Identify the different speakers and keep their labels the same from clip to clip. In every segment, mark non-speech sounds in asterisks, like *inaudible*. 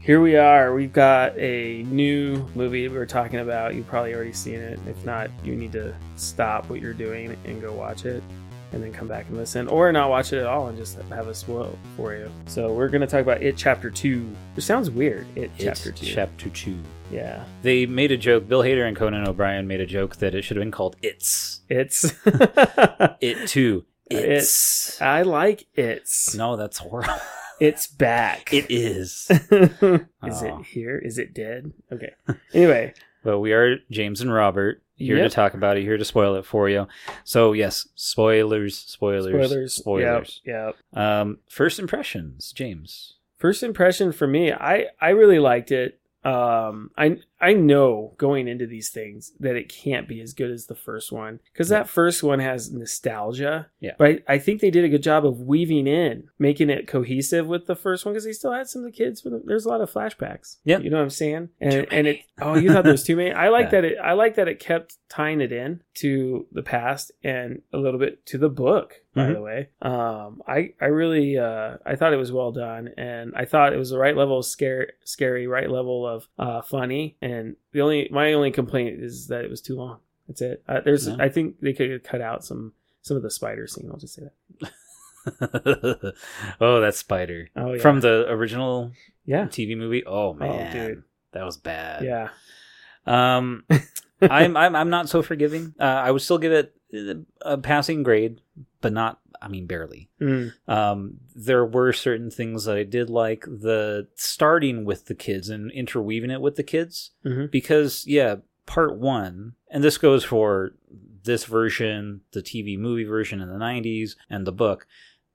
Speaker 1: Here we are. We've got a new movie we are talking about. You've probably already seen it. If not, you need to stop what you're doing and go watch it and then come back and listen or not watch it at all and just have us spoil for you. So we're going to talk about It Chapter 2, which sounds weird. It
Speaker 2: It's
Speaker 1: Chapter 2.
Speaker 2: Chapter two.
Speaker 1: yeah.
Speaker 2: They made a joke. Bill Hader and Conan O'Brien made a joke that it should have been called "It's Uh,
Speaker 1: It's.
Speaker 2: *laughs*
Speaker 1: *laughs*
Speaker 2: It Too." It's,
Speaker 1: I like it's.
Speaker 2: no,
Speaker 1: *laughs*
Speaker 2: that's horrible.
Speaker 1: It's back.
Speaker 2: It is.
Speaker 1: *laughs* Is
Speaker 2: Oh.
Speaker 1: it here? Is it dead? Okay. Anyway,
Speaker 2: *laughs* But we are James and Robert here
Speaker 1: Yep.
Speaker 2: to talk about it, here to spoil it for you. So yes, spoilers, spoilers,
Speaker 1: spoilers.
Speaker 2: spoilers.
Speaker 1: Yep, yep.
Speaker 2: Um, first impressions, James.
Speaker 1: First impression for me, I I really liked it. Um, I I know going into these things that it can't be as good as the first one because that first one has nostalgia.
Speaker 2: Yeah.
Speaker 1: But I, I think they did a good job of weaving in, making it cohesive with the first one because they still had some of the kids. With the, there's a lot of flashbacks.
Speaker 2: Yep.
Speaker 1: You know what I'm saying?
Speaker 2: Too
Speaker 1: And and it
Speaker 2: many.
Speaker 1: oh you thought there was too many. I like
Speaker 2: Yeah.
Speaker 1: that it. I like that it kept tying it in to the past and a little bit to the book. By
Speaker 2: Mhm.
Speaker 1: the way, um, I I really uh, I thought it was well done, and I thought it was the right level of scare, scary, right level of uh, funny. And the only my only complaint is that it was too long. That's it. Uh, there's
Speaker 2: Yeah.
Speaker 1: I think they could have cut out some some of the spider scene. I'll just say that.
Speaker 2: *laughs* oh, that spider
Speaker 1: Oh yeah.
Speaker 2: from the original
Speaker 1: yeah.
Speaker 2: TV movie. Oh man,
Speaker 1: dude.
Speaker 2: that was bad.
Speaker 1: Yeah.
Speaker 2: Um, I'm I'm I'm not so forgiving. Uh, I would still give it uh, a passing grade, but not. I mean, barely.
Speaker 1: Mm.
Speaker 2: Um, there were certain things that I did like the starting with the kids and interweaving it with the kids
Speaker 1: Mhm.
Speaker 2: because yeah, part one, and this goes for this version, the TV movie version in the '90s, and the book.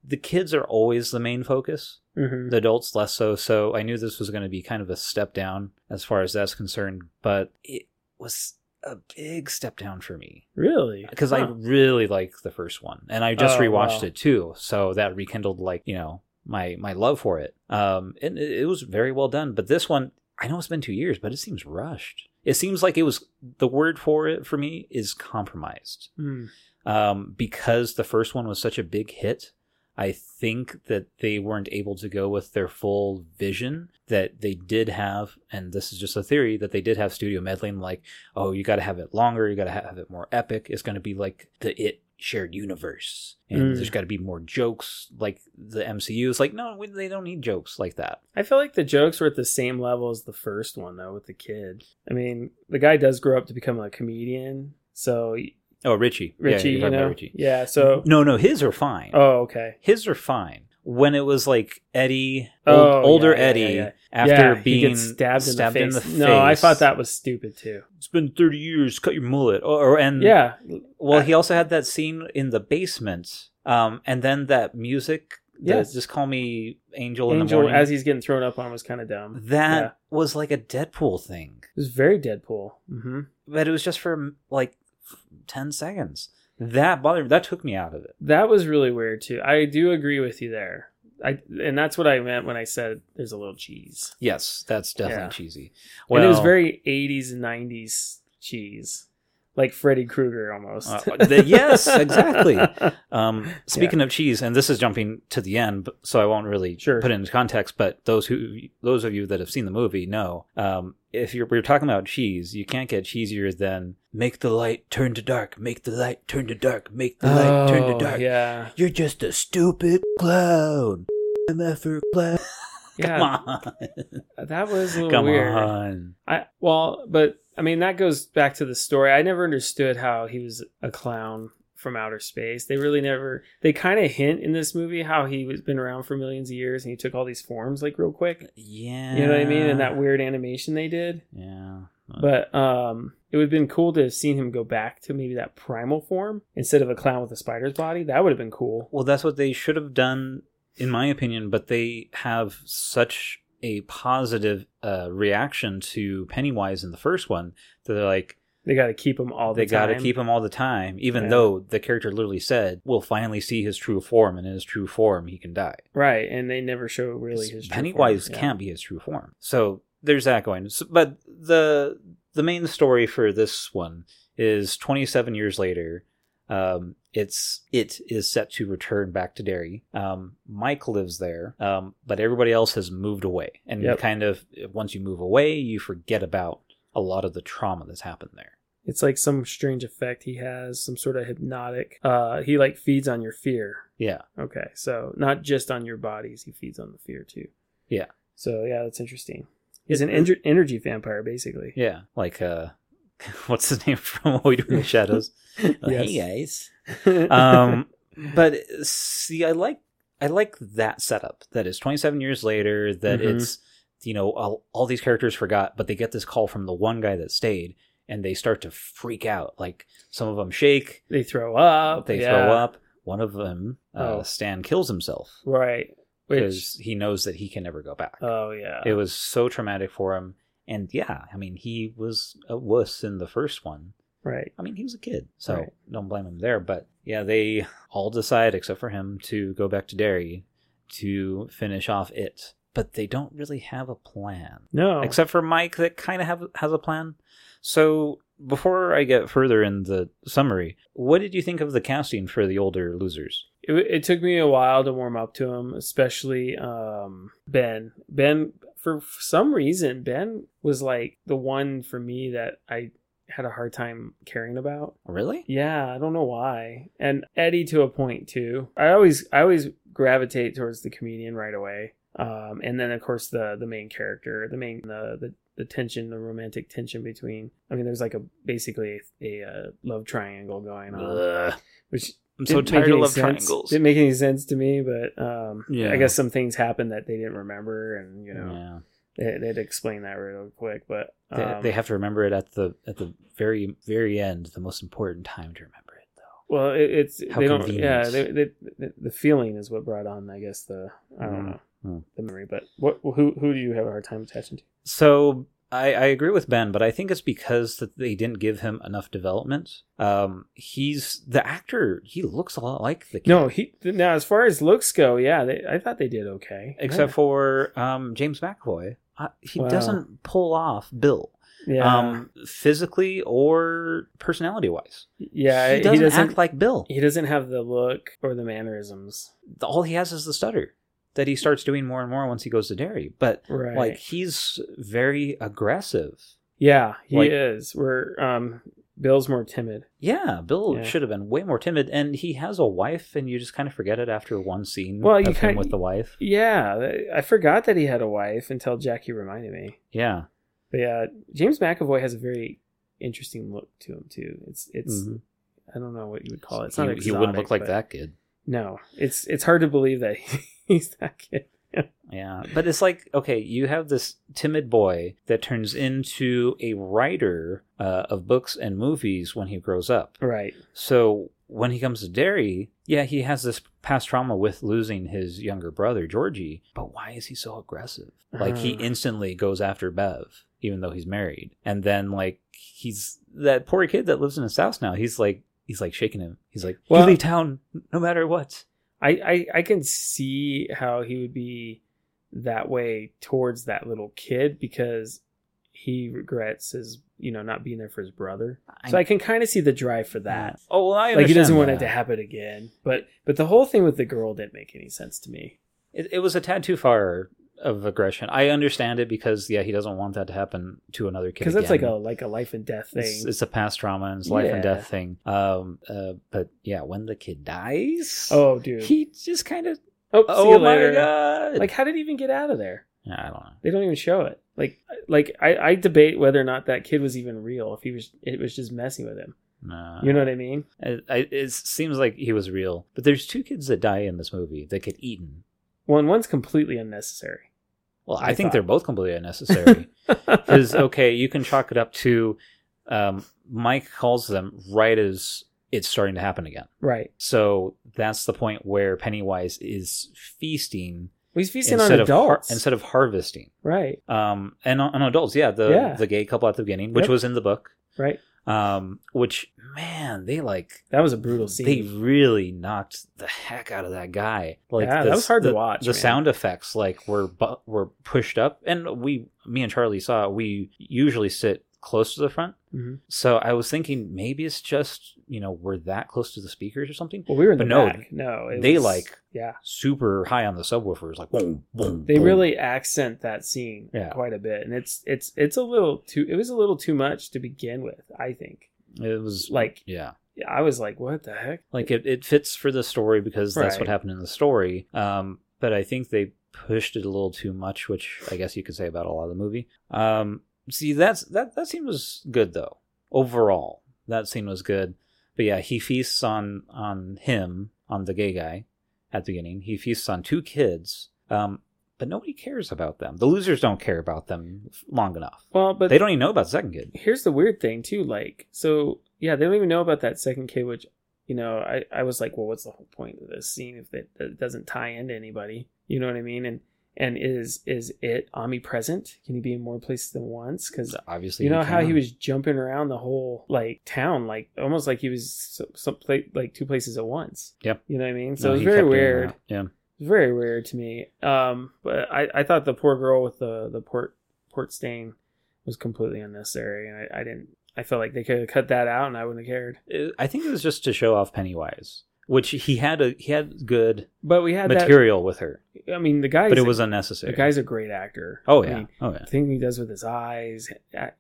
Speaker 2: The kids are always the main focus
Speaker 1: hmm
Speaker 2: the adults less so so i knew this was going to be kind of a step down as far as that's concerned but it was a big step down for me
Speaker 1: Really?
Speaker 2: because Uh, i
Speaker 1: Huh.
Speaker 2: really liked the first one and i just
Speaker 1: Oh,
Speaker 2: rewatched
Speaker 1: wow.
Speaker 2: it too so that rekindled like you know my my love for it um and it, it was very well done but this one i know it's been two years but it seems rushed it seems like it was the word for it for me is compromised
Speaker 1: Mm.
Speaker 2: um, because the first one was such a big hit. I think that they weren't able to go with their full vision that they did have, and this is just a theory that they did have studio meddling. Like, oh, you got to have it longer, you got to have it more epic. It's going to be like the it shared universe, and
Speaker 1: Mm.
Speaker 2: there's got to be more jokes. Like the MCU is like, no, we, they don't need jokes like that.
Speaker 1: I feel like the jokes were at the same level as the first one though with the kid. I mean, the guy does grow up to become a comedian. So
Speaker 2: Oh, Richie, Yeah,
Speaker 1: Richie,
Speaker 2: you're
Speaker 1: you
Speaker 2: talking about
Speaker 1: know,
Speaker 2: Richie.
Speaker 1: yeah. So,
Speaker 2: no, no, his are fine.
Speaker 1: oh, okay.
Speaker 2: his are fine. When it was like Eddie, old,
Speaker 1: Oh, yeah,
Speaker 2: older
Speaker 1: yeah, yeah,
Speaker 2: Eddie,
Speaker 1: yeah.
Speaker 2: after
Speaker 1: Yeah, he
Speaker 2: being
Speaker 1: gets stabbed, in, the face. No, I thought that was stupid too.
Speaker 2: it's been thirty years. Cut your mullet, or, or and
Speaker 1: Yeah,
Speaker 2: Well, he also had that scene in the basement, um, and then that music. the
Speaker 1: Yes.
Speaker 2: just call me Angel, in the
Speaker 1: Angel
Speaker 2: morning. Mm-hmm.
Speaker 1: as he's getting thrown up on was kind of dumb.
Speaker 2: that
Speaker 1: yeah.
Speaker 2: was like a Deadpool thing,
Speaker 1: It was very Deadpool. Mm-hmm.
Speaker 2: but it was just for like ten seconds. That bothered. That took me out of it.
Speaker 1: That was really weird too. I do agree with you there. I and that's what I meant when I said there's a little cheese.
Speaker 2: Yes, that's definitely
Speaker 1: Yeah.
Speaker 2: cheesy.
Speaker 1: and it was very 80s and 90s cheese, like Freddy Krueger almost.
Speaker 2: Uh, the- yes,
Speaker 1: *laughs*
Speaker 2: exactly. Um, speaking of cheese, and this is jumping to the end, but, so I won't really
Speaker 1: Sure.
Speaker 2: put it into context. But those who, those of you that have seen the movie, know um, if you're we're talking about cheese, you can't get cheesier than "Make the light turn to dark, make the light turn to dark, make the light turn to
Speaker 1: Oh,
Speaker 2: dark."
Speaker 1: Yeah,
Speaker 2: You're just a stupid clown, mf'er clown.
Speaker 1: yeah.
Speaker 2: Come on,
Speaker 1: That was a little
Speaker 2: come
Speaker 1: weird.
Speaker 2: on.
Speaker 1: I well, but I mean that goes back to the story. I never understood how he was a clown from outer space. They really never. They kind of hint in this movie how he was been around for millions of years and he took all these forms like real quick.
Speaker 2: Yeah,
Speaker 1: You know what I mean? And that weird animation they did.
Speaker 2: yeah.
Speaker 1: But um, it would have been cool to have seen him go back to maybe that primal form instead of a clown with a spider's body. That would have been cool.
Speaker 2: Well, that's what they should have done, in my opinion. But they have such a positive uh, reaction to Pennywise in the first one that they're like,
Speaker 1: They got to keep him all the
Speaker 2: they
Speaker 1: time.
Speaker 2: got to keep him all the time, even
Speaker 1: Yeah.
Speaker 2: though the character literally said, "We'll finally see his true form, and in his true form, he can die."
Speaker 1: right, and they never show really his true form.
Speaker 2: Pennywise
Speaker 1: Yeah.
Speaker 2: can't be his true form. So there's that going. So, but the the main story for this one is 27 years later. Um, it's it is set to return back to Derry. Um, Mike lives there, um, but everybody else has moved away. And
Speaker 1: Yep.
Speaker 2: kind of once you move away, you forget about a lot of the trauma that's happened there.
Speaker 1: It's like some strange effect he has, some sort of hypnotic. Uh, he like feeds on your fear.
Speaker 2: Yeah,
Speaker 1: Okay, so not just on your bodies, he feeds on the fear too.
Speaker 2: Yeah.
Speaker 1: So yeah, that's interesting. He's
Speaker 2: It-
Speaker 1: an ener- energy vampire, basically.
Speaker 2: yeah. Like uh, *laughs* what's his name from *laughs* What We Do in the Shadows?
Speaker 1: *laughs*
Speaker 2: guys. um, but see, I like I like that setup. That it's 27 years later. That
Speaker 1: Mhm.
Speaker 2: it's you know all, all these characters forgot, but they get this call from the one guy that stayed, and they start to freak out. Like some of them shake,
Speaker 1: they throw up.
Speaker 2: they
Speaker 1: Oh, yeah.
Speaker 2: throw up. One of them, uh,
Speaker 1: Oh.
Speaker 2: Stan, kills himself
Speaker 1: Right.
Speaker 2: because
Speaker 1: Which.
Speaker 2: he knows that he can never go back.
Speaker 1: Oh yeah.
Speaker 2: it was so traumatic for him. And yeah, I mean, he was a wuss in the first one.
Speaker 1: right.
Speaker 2: I mean, he was a kid, so
Speaker 1: Right.
Speaker 2: don't blame him there. But yeah, they all decide, except for him, to go back to Derry to finish off it. But they don't really have a plan,
Speaker 1: No.
Speaker 2: except for Mike, that kind of have has a plan. So before I get further in the summary, what did you think of the casting for the older losers?
Speaker 1: it, it took me a while to warm up to him, especially um, Ben. Ben, for some reason, Ben was like the one for me that I had a hard time caring about.
Speaker 2: Really?
Speaker 1: Yeah, I don't know why. And Eddie to a point too. I always I always gravitate towards the comedian right away. Um, and then of course the the main character, the main the the, the tension, the romantic tension between. I mean, there's like a basically a, uh, love triangle going on,
Speaker 2: Ugh.
Speaker 1: which
Speaker 2: I'm so
Speaker 1: didn't make
Speaker 2: tired of
Speaker 1: any
Speaker 2: love
Speaker 1: sense.
Speaker 2: triangles.
Speaker 1: Didn't make any sense to me, but um,
Speaker 2: Yeah.
Speaker 1: I guess some things happened that they didn't remember, and you know
Speaker 2: Yeah.
Speaker 1: they, they'd explain that real quick. But
Speaker 2: They,
Speaker 1: um,
Speaker 2: they have to remember it at the at the very very end, the most important time to remember it, though.
Speaker 1: Well, it, it's
Speaker 2: How
Speaker 1: they don't.
Speaker 2: convenient.
Speaker 1: Yeah, they, they, the- the feeling is what brought on, I guess, the I don't know
Speaker 2: Mm.
Speaker 1: the memory. But what who who do you have a hard time attaching to?
Speaker 2: So I, I agree with Ben, but I think it's because that they didn't give him enough development. Um, he's the actor. He looks a lot like the kid,
Speaker 1: No, he now as far as looks go, yeah, they, I thought they did okay,
Speaker 2: except for um, James McAvoy. Uh, he
Speaker 1: Wow.
Speaker 2: doesn't pull off Bill,
Speaker 1: yeah, yeah,
Speaker 2: um, physically or personality wise.
Speaker 1: yeah.
Speaker 2: he doesn't, act like Bill.
Speaker 1: he doesn't have the look or the mannerisms,
Speaker 2: All he has is the stutter that he starts doing more and more once he goes to Derry. But
Speaker 1: right?
Speaker 2: like he's very aggressive.
Speaker 1: yeah, he
Speaker 2: like-
Speaker 1: is. Where um, Bill's more timid.
Speaker 2: Yeah, Bill
Speaker 1: Yeah.
Speaker 2: should have been way more timid, and he has a wife, and you just kind of forget it after one scene
Speaker 1: Well, you
Speaker 2: of him
Speaker 1: kinda-
Speaker 2: with the wife.
Speaker 1: Yeah, th- I forgot that he had a wife until Jackie reminded me.
Speaker 2: Yeah,
Speaker 1: But yeah, James McAvoy has a very interesting look to him too. It's it's
Speaker 2: Mhm.
Speaker 1: I don't know what you would call it. It's
Speaker 2: he,
Speaker 1: not
Speaker 2: he wouldn't look
Speaker 1: exotic,
Speaker 2: like
Speaker 1: but-
Speaker 2: that kid.
Speaker 1: No, it's it's hard to believe that *laughs* he's that kid.
Speaker 2: Yeah, but it's like okay, you have this timid boy that turns into a writer uh, of books and movies when he grows up.
Speaker 1: Right.
Speaker 2: So when he comes to Derry, yeah, he has this past trauma with losing his younger brother Georgie. But why is he so aggressive? Like he
Speaker 1: Uh.
Speaker 2: instantly goes after Bev, even though he's married. And then like he's that poor kid that lives in his house now. He's like he's like shaking him. He's like,
Speaker 1: Well-
Speaker 2: you leave town no matter what.
Speaker 1: I, I I can see how he would be that way towards that little kid because he regrets his you know not being there for his brother. So I can kind of see the drive for that.
Speaker 2: Oh, well, I
Speaker 1: Like he doesn't
Speaker 2: understand
Speaker 1: want it
Speaker 2: that.
Speaker 1: to happen again. But but the whole thing with the girl didn't make any sense to me.
Speaker 2: It, it was a tad too far of aggression. I understand it because yeah, he doesn't want that to happen to another kid.
Speaker 1: because that's like
Speaker 2: again.
Speaker 1: a like a life and death thing.
Speaker 2: It's, it's a past trauma and it's a life and
Speaker 1: Yeah.
Speaker 2: death thing. Um, uh, but yeah, when the kid dies,
Speaker 1: oh, dude.
Speaker 2: he just kind of
Speaker 1: oh, see
Speaker 2: oh
Speaker 1: you
Speaker 2: my
Speaker 1: later.
Speaker 2: god,
Speaker 1: *laughs* Like, how did he even get out of there?
Speaker 2: yeah, I don't know.
Speaker 1: They don't even show it. Like, like I, I debate whether or not that kid was even real. If he was, it was just messing with him.
Speaker 2: No,
Speaker 1: You know what I mean?
Speaker 2: I- I- it, seems like he was real. But there's two kids that die in this movie that get eaten.
Speaker 1: One, one's completely unnecessary.
Speaker 2: Well, I,
Speaker 1: I
Speaker 2: think
Speaker 1: thought.
Speaker 2: they're both completely
Speaker 1: *laughs*
Speaker 2: unnecessary. Because okay, you can chalk it up to um, Mike calls them right as it's starting to happen again.
Speaker 1: right.
Speaker 2: So that's the point where Pennywise is feasting
Speaker 1: Well, he's feasting
Speaker 2: instead
Speaker 1: on
Speaker 2: of har-
Speaker 1: adults.
Speaker 2: instead of harvesting.
Speaker 1: right.
Speaker 2: um and on, on adults yeah the
Speaker 1: Yeah.
Speaker 2: the gay couple at the beginning which
Speaker 1: Yep.
Speaker 2: was in the book
Speaker 1: Right.
Speaker 2: um which man they like
Speaker 1: That was a brutal scene.
Speaker 2: they really knocked the heck out of that guy like
Speaker 1: Yeah, that
Speaker 2: the-
Speaker 1: was hard to
Speaker 2: the-
Speaker 1: watch,
Speaker 2: the
Speaker 1: man.
Speaker 2: sound effects like were bu- were pushed up and we me and charlie saw it, we usually sit close to the front.
Speaker 1: Mhm.
Speaker 2: So I was thinking maybe it's just, you know, we're that close to the speakers or something.
Speaker 1: Well, we were in
Speaker 2: But
Speaker 1: the
Speaker 2: no,
Speaker 1: back. No, it
Speaker 2: they
Speaker 1: was-
Speaker 2: like-
Speaker 1: yeah.
Speaker 2: Super high on the subwoofers, like boom, boom.
Speaker 1: They
Speaker 2: boom.
Speaker 1: really accent that scene
Speaker 2: Yeah.
Speaker 1: quite a bit, and it's it's it's a little too. It was a little too much to begin with. I think.
Speaker 2: it was
Speaker 1: Like
Speaker 2: yeah.
Speaker 1: I was like, what the heck?
Speaker 2: Like it, it fits for the story because that's what
Speaker 1: Right.
Speaker 2: happened in the story. Um, but I think they pushed it a little too much, which I guess you could say about a lot of the movie. Um, see that's that that scene was good though. Overall, that scene was good. But yeah, he feasts on on him, on the gay guy at the beginning. He feasts on two kids. Um, but nobody cares about them. The losers don't care about them f- long enough.
Speaker 1: Well, but
Speaker 2: they don't even know about the second kid.
Speaker 1: here's the weird thing too like so yeah they don't even know about that second kid which you know i i was like well what's the whole point of this scene if it, it doesn't tie into anybody you know what i mean and and is is it omnipresent can he be in more places than once because
Speaker 2: Obviously,
Speaker 1: you know how he
Speaker 2: can.
Speaker 1: was jumping around the whole like town like almost like he was so- some place like two places at once
Speaker 2: Yep.
Speaker 1: you know what i mean so it
Speaker 2: No,
Speaker 1: was
Speaker 2: he
Speaker 1: very
Speaker 2: kept doing
Speaker 1: weird
Speaker 2: that. Yeah.
Speaker 1: very weird to me. Um, but I, I thought the poor girl with the the port port stain was completely unnecessary, and I, I didn't. I felt like they could have cut that out, and I wouldn't have cared.
Speaker 2: it- I think it was just to show off Pennywise, which he had a he had good
Speaker 1: But we had
Speaker 2: material with her,
Speaker 1: that. I mean, the guy.
Speaker 2: but
Speaker 1: is
Speaker 2: it
Speaker 1: a-
Speaker 2: was unnecessary.
Speaker 1: the guy's a great actor.
Speaker 2: oh
Speaker 1: I
Speaker 2: yeah,
Speaker 1: mean,
Speaker 2: oh yeah,
Speaker 1: the thing he does with his eyes, a-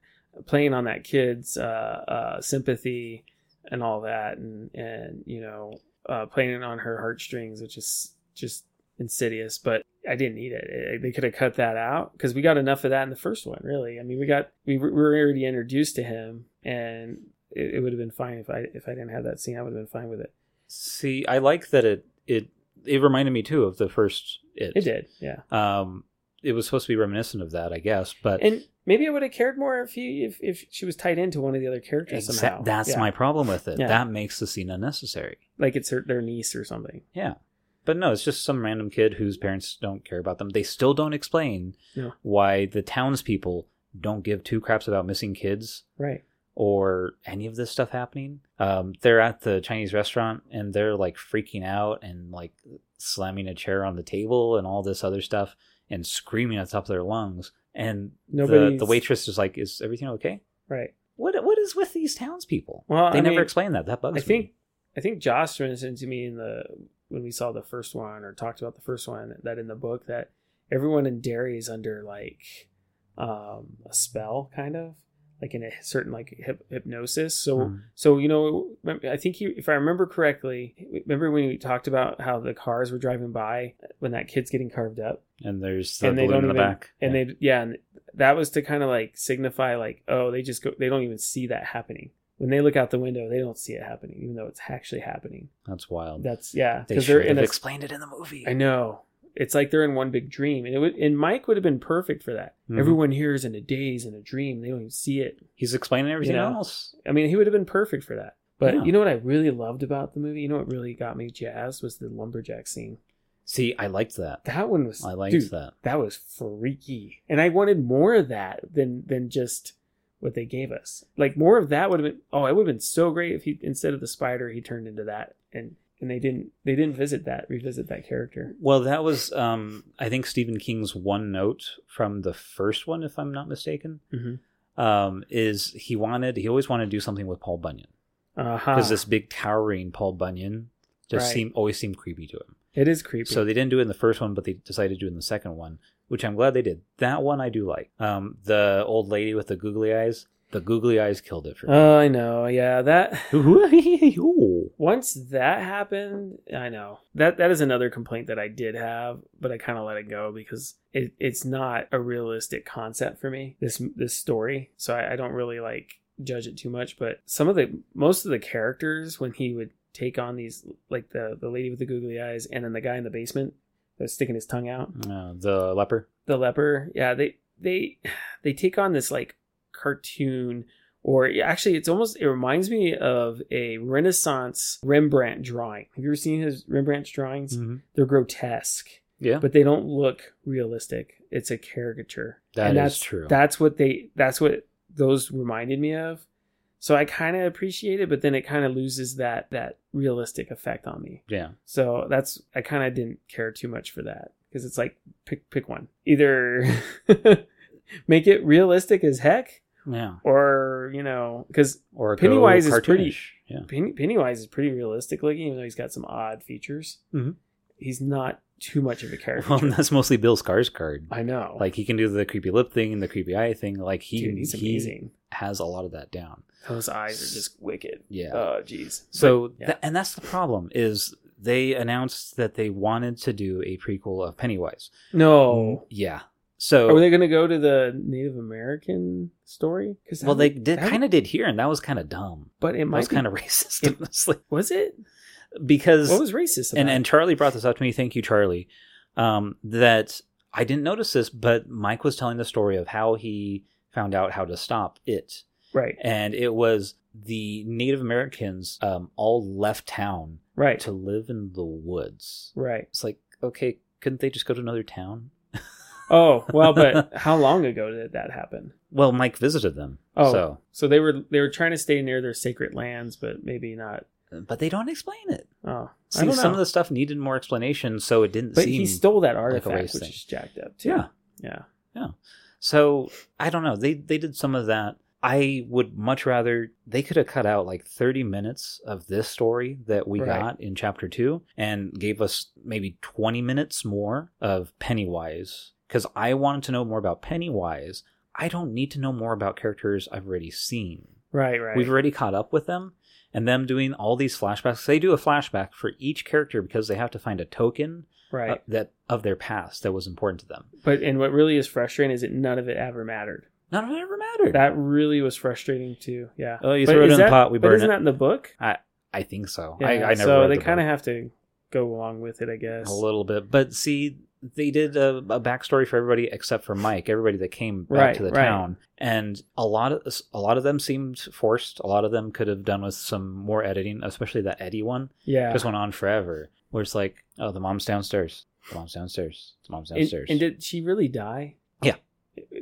Speaker 1: playing on that kid's uh, uh, sympathy and all that, and and you know, uh, playing on her heartstrings, which is just insidious. But I didn't need it. It- They could have cut that out because we got enough of that in the first one. Really, I mean, we got we were we were already introduced to him, and it, it would have been fine if I if I didn't have that scene. I would have been fine with it.
Speaker 2: See, I like that it it it reminded me too of the first it.
Speaker 1: It did, yeah.
Speaker 2: Um, it was supposed to be reminiscent of that, I guess, but
Speaker 1: And maybe I would have cared more if he if, if she was tied into one of the other characters
Speaker 2: Exa-
Speaker 1: somehow.
Speaker 2: that's
Speaker 1: Yeah.
Speaker 2: my problem with it.
Speaker 1: Yeah.
Speaker 2: That makes the scene unnecessary.
Speaker 1: like it's her their niece or something.
Speaker 2: But no, it's just some random kid whose parents don't care about them. They still don't explain
Speaker 1: No.
Speaker 2: why the townspeople don't give two craps about missing kids
Speaker 1: Right.
Speaker 2: or any of this stuff happening. Um, they're at the Chinese restaurant and they're like freaking out and like slamming a chair on the table and all this other stuff and screaming at the top of their lungs. And the,
Speaker 1: Nobody.
Speaker 2: the waitress is like, "Is everything okay?
Speaker 1: Right.
Speaker 2: What what is with these townspeople?
Speaker 1: Well,
Speaker 2: They
Speaker 1: I
Speaker 2: never
Speaker 1: mean,
Speaker 2: explain that. That bugs
Speaker 1: I
Speaker 2: me.
Speaker 1: think I think Josh mentioned to me in the when we saw the first one or talked about the first one that in the book that everyone in Derry is under like um a spell kind of like in a certain like hyp- hypnosis. So
Speaker 2: Mm.
Speaker 1: so you know I think he if I remember correctly, remember when we talked about how the cars were driving by when that kid's getting carved up.
Speaker 2: and there's the
Speaker 1: and they
Speaker 2: balloon
Speaker 1: don't
Speaker 2: in the
Speaker 1: even-
Speaker 2: back.
Speaker 1: and
Speaker 2: Yeah.
Speaker 1: they yeah and that was to kind of like signify like oh they just go they don't even see that happening when they look out the window they don't see it happening even though it's actually happening
Speaker 2: that's wild.
Speaker 1: that's yeah
Speaker 2: Um, they
Speaker 1: because
Speaker 2: should
Speaker 1: they're
Speaker 2: have
Speaker 1: in a,
Speaker 2: explained it in the movie.
Speaker 1: i know it's like they're in one big dream and it would and mike would have been perfect for that
Speaker 2: Mhm.
Speaker 1: everyone here is in a daze in a dream they don't even see it
Speaker 2: He's explaining everything
Speaker 1: know?
Speaker 2: else.
Speaker 1: i mean he would have been perfect for that but
Speaker 2: Yeah.
Speaker 1: you know what i really loved about the movie you know what really got me jazzed was the lumberjack scene
Speaker 2: See, I liked that.
Speaker 1: that one was
Speaker 2: I liked
Speaker 1: dude,
Speaker 2: that.
Speaker 1: that was freaky and i wanted more of that than than just what they gave us like more of that would have been oh it would have been so great if he instead of the spider he turned into that and and they didn't they didn't visit that revisit that character
Speaker 2: Well, that was, um, I think, Stephen King's one note from the first one, if I'm not mistaken,
Speaker 1: Mhm.
Speaker 2: um, is he wanted, he always wanted to do something with Paul Bunyan
Speaker 1: uh-huh
Speaker 2: because this big towering Paul Bunyan just
Speaker 1: Right.
Speaker 2: seemed always seemed creepy to him.
Speaker 1: it is creepy
Speaker 2: So they didn't do it in the first one, but they decided to do it in the second one, which I'm glad they did. That one I do like. Um, the old lady with the googly eyes, the googly eyes killed it for me.
Speaker 1: oh i know yeah that *laughs*
Speaker 2: Ooh.
Speaker 1: once that happened i know that that is another complaint that i did have but i kind of let it go because it, it's not a realistic concept for me this this story so I, I don't really like judge it too much but some of the most of the characters when he would take on these like the the lady with the googly eyes and then the guy in the basement that was sticking his tongue out
Speaker 2: Uh, the leper.
Speaker 1: the leper yeah they they *sighs* they take on this like cartoon or actually it's almost it reminds me of a renaissance rembrandt drawing have you ever seen his rembrandt's drawings
Speaker 2: Hmm.
Speaker 1: they're grotesque
Speaker 2: Mm-hmm. Yeah,
Speaker 1: but they don't look realistic it's a caricature
Speaker 2: That is
Speaker 1: that's
Speaker 2: true.
Speaker 1: that's what they that's what those reminded me of so i kind of appreciate it but then it kind of loses that that realistic effect on me
Speaker 2: yeah.
Speaker 1: so that's I kind of didn't care too much for that because *laughs* it's like pick pick one. Either make it realistic as heck
Speaker 2: Yeah.
Speaker 1: or you know, because
Speaker 2: Or go
Speaker 1: Pennywise is pretty-
Speaker 2: cartoonish. Yeah.
Speaker 1: Penny, Pennywise is pretty realistic looking, even though he's got some odd features.
Speaker 2: Mhm.
Speaker 1: He's not too much
Speaker 2: *laughs*
Speaker 1: of a character.
Speaker 2: Well, that's mostly Bill Skarsgård.
Speaker 1: I know,
Speaker 2: Like he can do the creepy lip thing and the creepy eye thing. Like he
Speaker 1: dude, he's
Speaker 2: he
Speaker 1: amazing.
Speaker 2: has a lot of that down.
Speaker 1: Those eyes are just wicked.
Speaker 2: Yeah.
Speaker 1: Oh, jeez.
Speaker 2: So,
Speaker 1: yeah.
Speaker 2: tha- and that's the problem is they announced that they wanted to do a prequel of Pennywise.
Speaker 1: no.
Speaker 2: Yeah. Mm-hmm. So,
Speaker 1: Are they going to go to the Native American story? Because
Speaker 2: well, they did
Speaker 1: that-
Speaker 2: kind of did here, and that was kind of dumb.
Speaker 1: but it
Speaker 2: That was
Speaker 1: might
Speaker 2: kind
Speaker 1: kind of
Speaker 2: of *laughs* racist,
Speaker 1: it-
Speaker 2: honestly,
Speaker 1: was it.
Speaker 2: because
Speaker 1: What was racist? About
Speaker 2: and and Charlie brought this up to me. Thank you, Charlie. Um, that I didn't notice this, but Mike was telling the story of how he found out how to stop it,
Speaker 1: it? right,
Speaker 2: and it was the Native Americans um, all left town
Speaker 1: right,
Speaker 2: to live in the woods.
Speaker 1: right.
Speaker 2: It's like okay, couldn't they just go to another town?
Speaker 1: Oh well, but how long ago did that happen?
Speaker 2: Well, Mike visited them,
Speaker 1: Oh.
Speaker 2: so
Speaker 1: So they were they were trying to stay near their sacred lands, but maybe not.
Speaker 2: but they don't explain it.
Speaker 1: Oh, I
Speaker 2: See,
Speaker 1: don't know.
Speaker 2: some of the stuff needed more explanation, so it didn't
Speaker 1: but
Speaker 2: seem.
Speaker 1: he stole that
Speaker 2: like a
Speaker 1: artifact,
Speaker 2: race
Speaker 1: which
Speaker 2: thing.
Speaker 1: is jacked up too.
Speaker 2: yeah,
Speaker 1: yeah.
Speaker 2: So I don't know. They they did some of that. I would much rather they could have cut out like 30 minutes of this story that we
Speaker 1: Right.
Speaker 2: got in chapter 2 and gave us maybe 20 minutes more of Pennywise cuz I wanted to know more about Pennywise. I don't need to know more about characters I've already seen.
Speaker 1: Right, right.
Speaker 2: We've already caught up with them and them doing all these flashbacks. They do a flashback for each character because they have to find a token uh,
Speaker 1: right.
Speaker 2: that of their past that was important to them.
Speaker 1: but and what really is frustrating is that none of it ever mattered.
Speaker 2: None of it ever mattered.
Speaker 1: That really was frustrating too. Yeah.
Speaker 2: Oh, you
Speaker 1: But
Speaker 2: throw it
Speaker 1: is
Speaker 2: in the
Speaker 1: that-
Speaker 2: pot, we
Speaker 1: but
Speaker 2: burn
Speaker 1: isn't
Speaker 2: it.
Speaker 1: that in the book?
Speaker 2: I think so.
Speaker 1: Yeah.
Speaker 2: I, I never.
Speaker 1: so
Speaker 2: read
Speaker 1: they
Speaker 2: the
Speaker 1: kind of
Speaker 2: book.
Speaker 1: have to go along with it, I guess.
Speaker 2: a little bit, but see, they did a, a backstory for everybody except for Mike. Everybody that came back
Speaker 1: Right,
Speaker 2: to the
Speaker 1: right.
Speaker 2: town, and a lot of a lot of them seemed forced. A lot of them could have done with some more editing, especially that Eddie one.
Speaker 1: Yeah.
Speaker 2: This went on forever, where it's like, oh, the mom's downstairs. The mom's downstairs. The mom's
Speaker 1: And,
Speaker 2: downstairs.
Speaker 1: and did she really die?
Speaker 2: Yeah.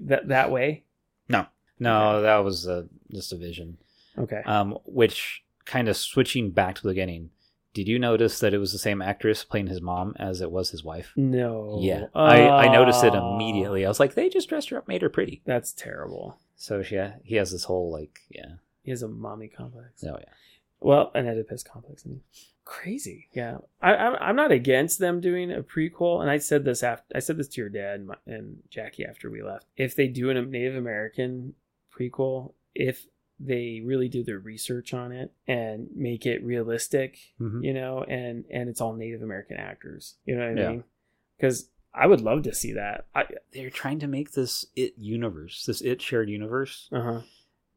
Speaker 1: That that way.
Speaker 2: no, that was uh just a vision.
Speaker 1: Okay.
Speaker 2: um, which kind of switching back to the beginning. Did you notice that it was the same actress playing his mom as it was his wife?
Speaker 1: no.
Speaker 2: Yeah, I, I noticed it
Speaker 1: Ah.
Speaker 2: immediately. I was like, they just dressed her up, made her pretty.
Speaker 1: That's terrible.
Speaker 2: So yeah, he has this whole like, yeah,
Speaker 1: He has a mommy complex.
Speaker 2: oh yeah,
Speaker 1: Well, an Oedipus complex. I mean, crazy. Yeah, I, I'm I'm not against them doing a prequel, and I said this after I said this to your dad and, my, and Jackie after we left. If they do a Native American prequel, if they really do their research on it and make it realistic,
Speaker 2: Mhm.
Speaker 1: you know, and and it's all Native American actors, you know what I
Speaker 2: Yeah.
Speaker 1: mean? Because I would love to see that. I
Speaker 2: they're trying to make this it universe, this it shared universe,
Speaker 1: uh huh.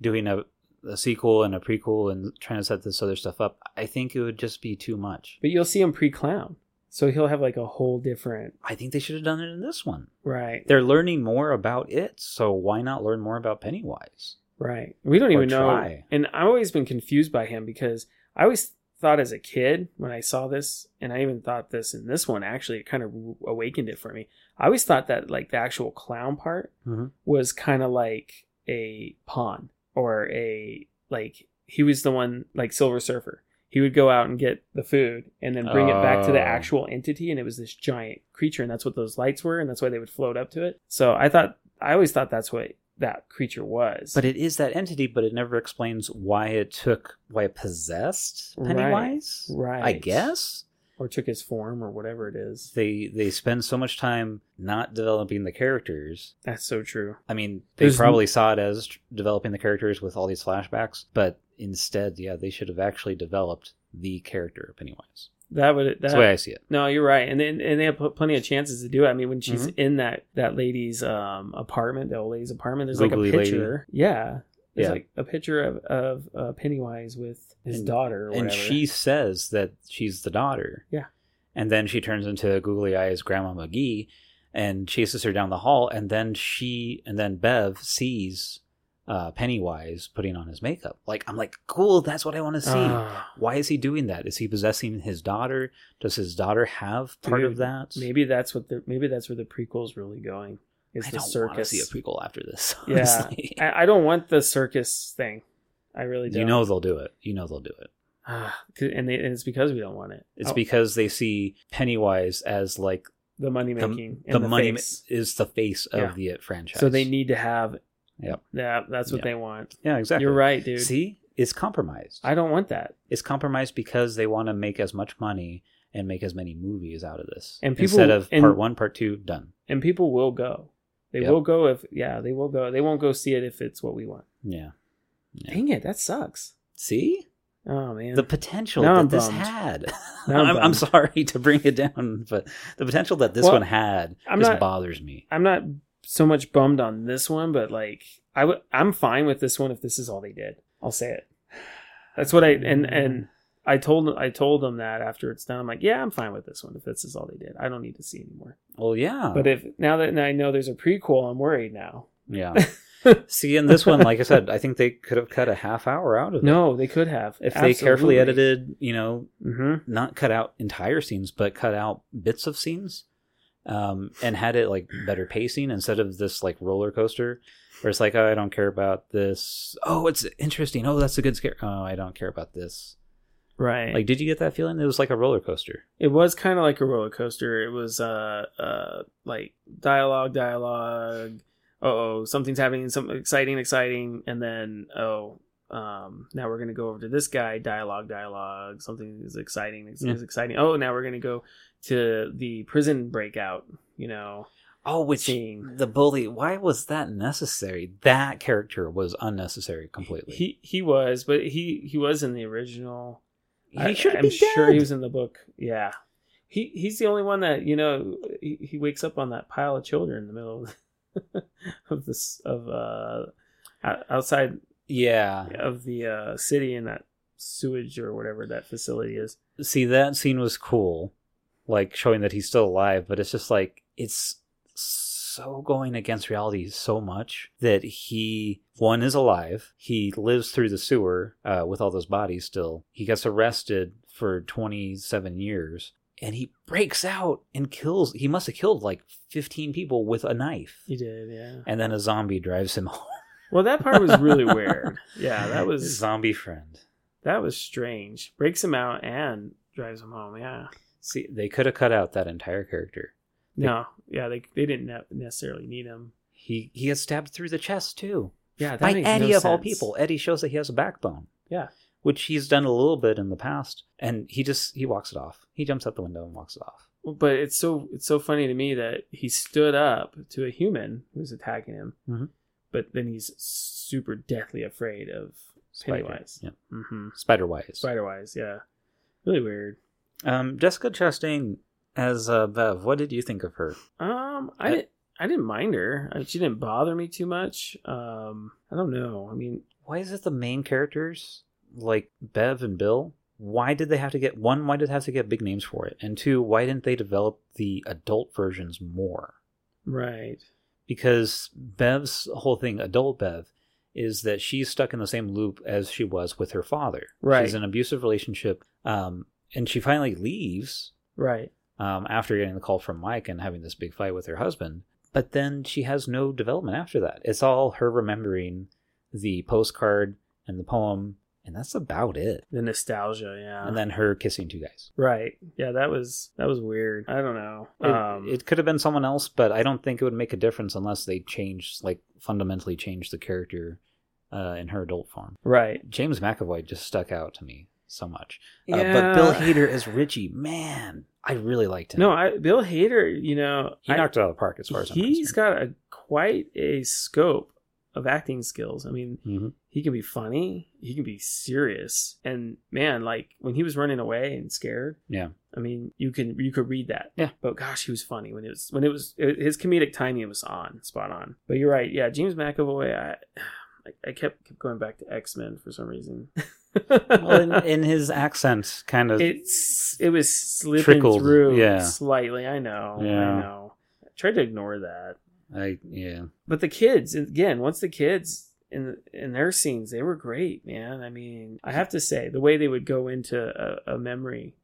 Speaker 2: doing a, a sequel and a prequel and trying to set this other stuff up. I think it would just be too much.
Speaker 1: But you'll see him pre clown, so he'll have like a whole different
Speaker 2: I think they should have done it in this one.
Speaker 1: right,
Speaker 2: They're learning more about it, so why not learn more about Pennywise?
Speaker 1: right. We don't
Speaker 2: Or
Speaker 1: even know.
Speaker 2: try.
Speaker 1: and I've always been confused by him because I always thought as a kid when I saw this, and I even thought this in this one actually, it kind of awakened it for me. I always thought that like the actual clown part
Speaker 2: Mhm.
Speaker 1: was kind of like a pawn or a like he was the one like Silver Surfer. He would go out and get the food and then bring it back to the
Speaker 2: Oh.
Speaker 1: actual entity, and it was this giant creature, and that's what those lights were, and that's why they would float up to it. So I thought I always thought that's what that creature was.
Speaker 2: But it is that entity, but it never explains why it took, why it possessed
Speaker 1: Right.
Speaker 2: Pennywise.
Speaker 1: right,
Speaker 2: I guess
Speaker 1: or took his form or whatever it is.
Speaker 2: they they spend so much time not developing the characters.
Speaker 1: That's so true.
Speaker 2: I mean, they
Speaker 1: There's n-
Speaker 2: probably saw it as tr- developing the characters with all these flashbacks, but instead, yeah, they should have actually developed the character of Pennywise.
Speaker 1: That would
Speaker 2: That's the way
Speaker 1: that
Speaker 2: I see it.
Speaker 1: no, you're right, and then and they have pl- plenty of chances to do it. I mean, when she's
Speaker 2: Mm-hmm.
Speaker 1: in that that lady's um apartment, the old lady's apartment, there's
Speaker 2: Googly
Speaker 1: like a
Speaker 2: lady.
Speaker 1: picture. Yeah, there's
Speaker 2: Yeah.
Speaker 1: like a picture of of uh, Pennywise with his
Speaker 2: And-
Speaker 1: daughter, or whatever.
Speaker 2: And she says that she's the daughter.
Speaker 1: Yeah.
Speaker 2: And then she turns into Googly Eyes Grandma McGee and chases her down the hall. And then she and then Bev sees uh, Pennywise putting on his makeup. Like, I'm like, cool, that's what I want to see.
Speaker 1: Ah,
Speaker 2: Why is he doing that? Is he possessing his daughter? Does his daughter have part
Speaker 1: Dude,
Speaker 2: of that?
Speaker 1: maybe that's what the maybe that's where the prequel's really going is
Speaker 2: I
Speaker 1: the
Speaker 2: don't want to
Speaker 1: circus.
Speaker 2: see a prequel after this.
Speaker 1: *laughs* Yeah.
Speaker 2: honestly.
Speaker 1: I, I don't want the circus thing. I really don't.
Speaker 2: you know they'll do it. You know they'll do it.
Speaker 1: Ah, 'cause- and, they, and it's because we don't want it.
Speaker 2: It's
Speaker 1: Oh,
Speaker 2: because they see Pennywise as like
Speaker 1: the money making
Speaker 2: the, money ma-
Speaker 1: face.
Speaker 2: is the face of
Speaker 1: Yeah.
Speaker 2: the it franchise.
Speaker 1: So they need to have
Speaker 2: Yep.
Speaker 1: Yeah, that's what
Speaker 2: Yeah.
Speaker 1: they want.
Speaker 2: Yeah, exactly.
Speaker 1: You're right, dude.
Speaker 2: See, it's compromised.
Speaker 1: I don't want that.
Speaker 2: it's compromised because they want to make as much money and make as many movies out of this
Speaker 1: And people-
Speaker 2: instead of
Speaker 1: and-
Speaker 2: part one, part two, done.
Speaker 1: And people will go. They
Speaker 2: Yep.
Speaker 1: will go if yeah, they will go. They won't go see it if it's what we want.
Speaker 2: Yeah. Yeah.
Speaker 1: Dang it, that sucks.
Speaker 2: See
Speaker 1: Oh man.
Speaker 2: the potential
Speaker 1: Now
Speaker 2: that
Speaker 1: I'm
Speaker 2: this
Speaker 1: bummed.
Speaker 2: had. *laughs*
Speaker 1: Now I'm
Speaker 2: I'm, I'm
Speaker 1: bummed.
Speaker 2: sorry to bring it down, but the potential that this
Speaker 1: Well,
Speaker 2: one had
Speaker 1: I'm
Speaker 2: just
Speaker 1: not-
Speaker 2: bothers me.
Speaker 1: I'm not so much bummed on this one, but like I would I'm fine with this one if this is all they did. I'll say it. That's what I and and I told I told them that after it's done. I'm like, yeah, I'm fine with this one if this is all they did. I don't need to see anymore.
Speaker 2: well, yeah,
Speaker 1: But if now that I know there's a prequel, I'm worried now. *laughs*
Speaker 2: yeah. See, in this one, like I said, I think they could have cut a half hour out of it.
Speaker 1: No, they could have
Speaker 2: if they
Speaker 1: Absolutely.
Speaker 2: carefully edited, you know,
Speaker 1: Mhm.
Speaker 2: not cut out entire scenes, but cut out bits of scenes, um, and had it like better pacing instead of this like roller coaster where it's like, oh, I don't care about this. Oh, it's interesting. Oh, that's a good scare. Oh, I don't care about this.
Speaker 1: right.
Speaker 2: Like, did you get that feeling? It was like a roller coaster.
Speaker 1: It was kind of like a roller coaster. It was uh uh like dialogue, dialogue. Oh, something's happening, something exciting, exciting, and then oh, um, now we're gonna go over to this guy. Dialogue, dialogue. Something is exciting, is
Speaker 2: Yeah.
Speaker 1: exciting. Oh, now we're gonna go to the prison breakout. You know,
Speaker 2: Oh, which
Speaker 1: Scene.
Speaker 2: the bully? Why was that necessary? That character was unnecessary completely.
Speaker 1: he he was, but he he was in the original. I-
Speaker 2: he should
Speaker 1: I'm
Speaker 2: be
Speaker 1: sure he
Speaker 2: dead.
Speaker 1: was in the book. Yeah. He, he's the only one that you know. He, he wakes up on that pile of children in the middle of, *laughs* of this of uh out- outside
Speaker 2: Yeah.
Speaker 1: of the uh, city in that sewage or whatever that facility is.
Speaker 2: see that scene was cool like showing that he's still alive but it's just like it's so going against reality so much that he one is alive he lives through the sewer uh, with all those bodies still he gets arrested for 27 years and he breaks out and kills he must have killed like 15 people with a knife
Speaker 1: He did, yeah.
Speaker 2: and then a zombie drives him *laughs* home
Speaker 1: Well, that part was really *laughs* weird. Yeah, that
Speaker 2: His
Speaker 1: was
Speaker 2: *laughs* zombie friend
Speaker 1: that was strange. Breaks him out and drives him home. Yeah.
Speaker 2: see they could have cut out that entire character
Speaker 1: No, yeah, they they didn't ne- necessarily need him.
Speaker 2: he he gets stabbed through the chest too
Speaker 1: Yeah, that
Speaker 2: by
Speaker 1: makes no
Speaker 2: Eddie of all
Speaker 1: sense.
Speaker 2: people. Eddie shows that he has a backbone.
Speaker 1: Yeah.
Speaker 2: Which he's done a little bit in the past, and he just he walks it off. He jumps out the window and walks it off.
Speaker 1: but it's so it's so funny to me that he stood up to a human who's attacking him,
Speaker 2: Mhm.
Speaker 1: but then he's super deathly afraid of Pennywise,
Speaker 2: Yeah.
Speaker 1: mm-hmm.
Speaker 2: Spider wise.
Speaker 1: Spiderwise. Yeah, really weird.
Speaker 2: Um, Jessica Chastain as uh, Bev. What did you think of her?
Speaker 1: Um, I
Speaker 2: Uh,
Speaker 1: didn't I didn't mind her. I- She didn't bother me too much. Um, I don't know. I mean,
Speaker 2: Why is it the main characters like Bev and Bill? Why did they have to get one? Why did they have to get big names for it? And two, why didn't they develop the adult versions more?
Speaker 1: right?
Speaker 2: because Bev's whole thing, adult Bev, is that she's stuck in the same loop as she was with her father.
Speaker 1: Right.
Speaker 2: She's in an abusive relationship, um, and she finally leaves
Speaker 1: Right.
Speaker 2: um, after getting the call from Mike and having this big fight with her husband. But then she has no development after that. It's all her remembering the postcard and the poem, and that's about it.
Speaker 1: The nostalgia. Yeah.
Speaker 2: And then her kissing two guys.
Speaker 1: right. Yeah. That was that was weird. I don't know.
Speaker 2: It,
Speaker 1: Um,
Speaker 2: it could have been someone else, but I don't think it would make a difference unless they changed, like fundamentally changed the character uh, in her adult form.
Speaker 1: right.
Speaker 2: James McAvoy just stuck out to me so much. Uh, but Bill
Speaker 1: Yeah.
Speaker 2: Hader as Richie, man, I really liked him.
Speaker 1: No, I, Bill Hader. You know,
Speaker 2: he
Speaker 1: I-
Speaker 2: knocked it out of the park as far as I'm
Speaker 1: he's
Speaker 2: concerned.
Speaker 1: got a quite a scope of acting skills. I mean,
Speaker 2: Mhm.
Speaker 1: he can be funny, he can be serious, and man, like when he was running away and scared,
Speaker 2: Yeah.
Speaker 1: I mean, you can you could read that.
Speaker 2: Yeah.
Speaker 1: But gosh, he was funny when it was when it was his comedic timing was on spot on. But you're right, yeah, James McAvoy. I *sighs* I, I kept kept going back to X Men for some reason. *laughs*
Speaker 2: well, in, *laughs* in his accent, kind of.
Speaker 1: it's it was slipping
Speaker 2: Trickled,
Speaker 1: through
Speaker 2: yeah.
Speaker 1: slightly. I know. I
Speaker 2: Yeah.
Speaker 1: know. I tried to ignore that
Speaker 2: I
Speaker 1: *laughs*
Speaker 2: yeah.
Speaker 1: but the kids again once the kids in in their scenes they were great man i mean i have to say the way they would go into a, a memory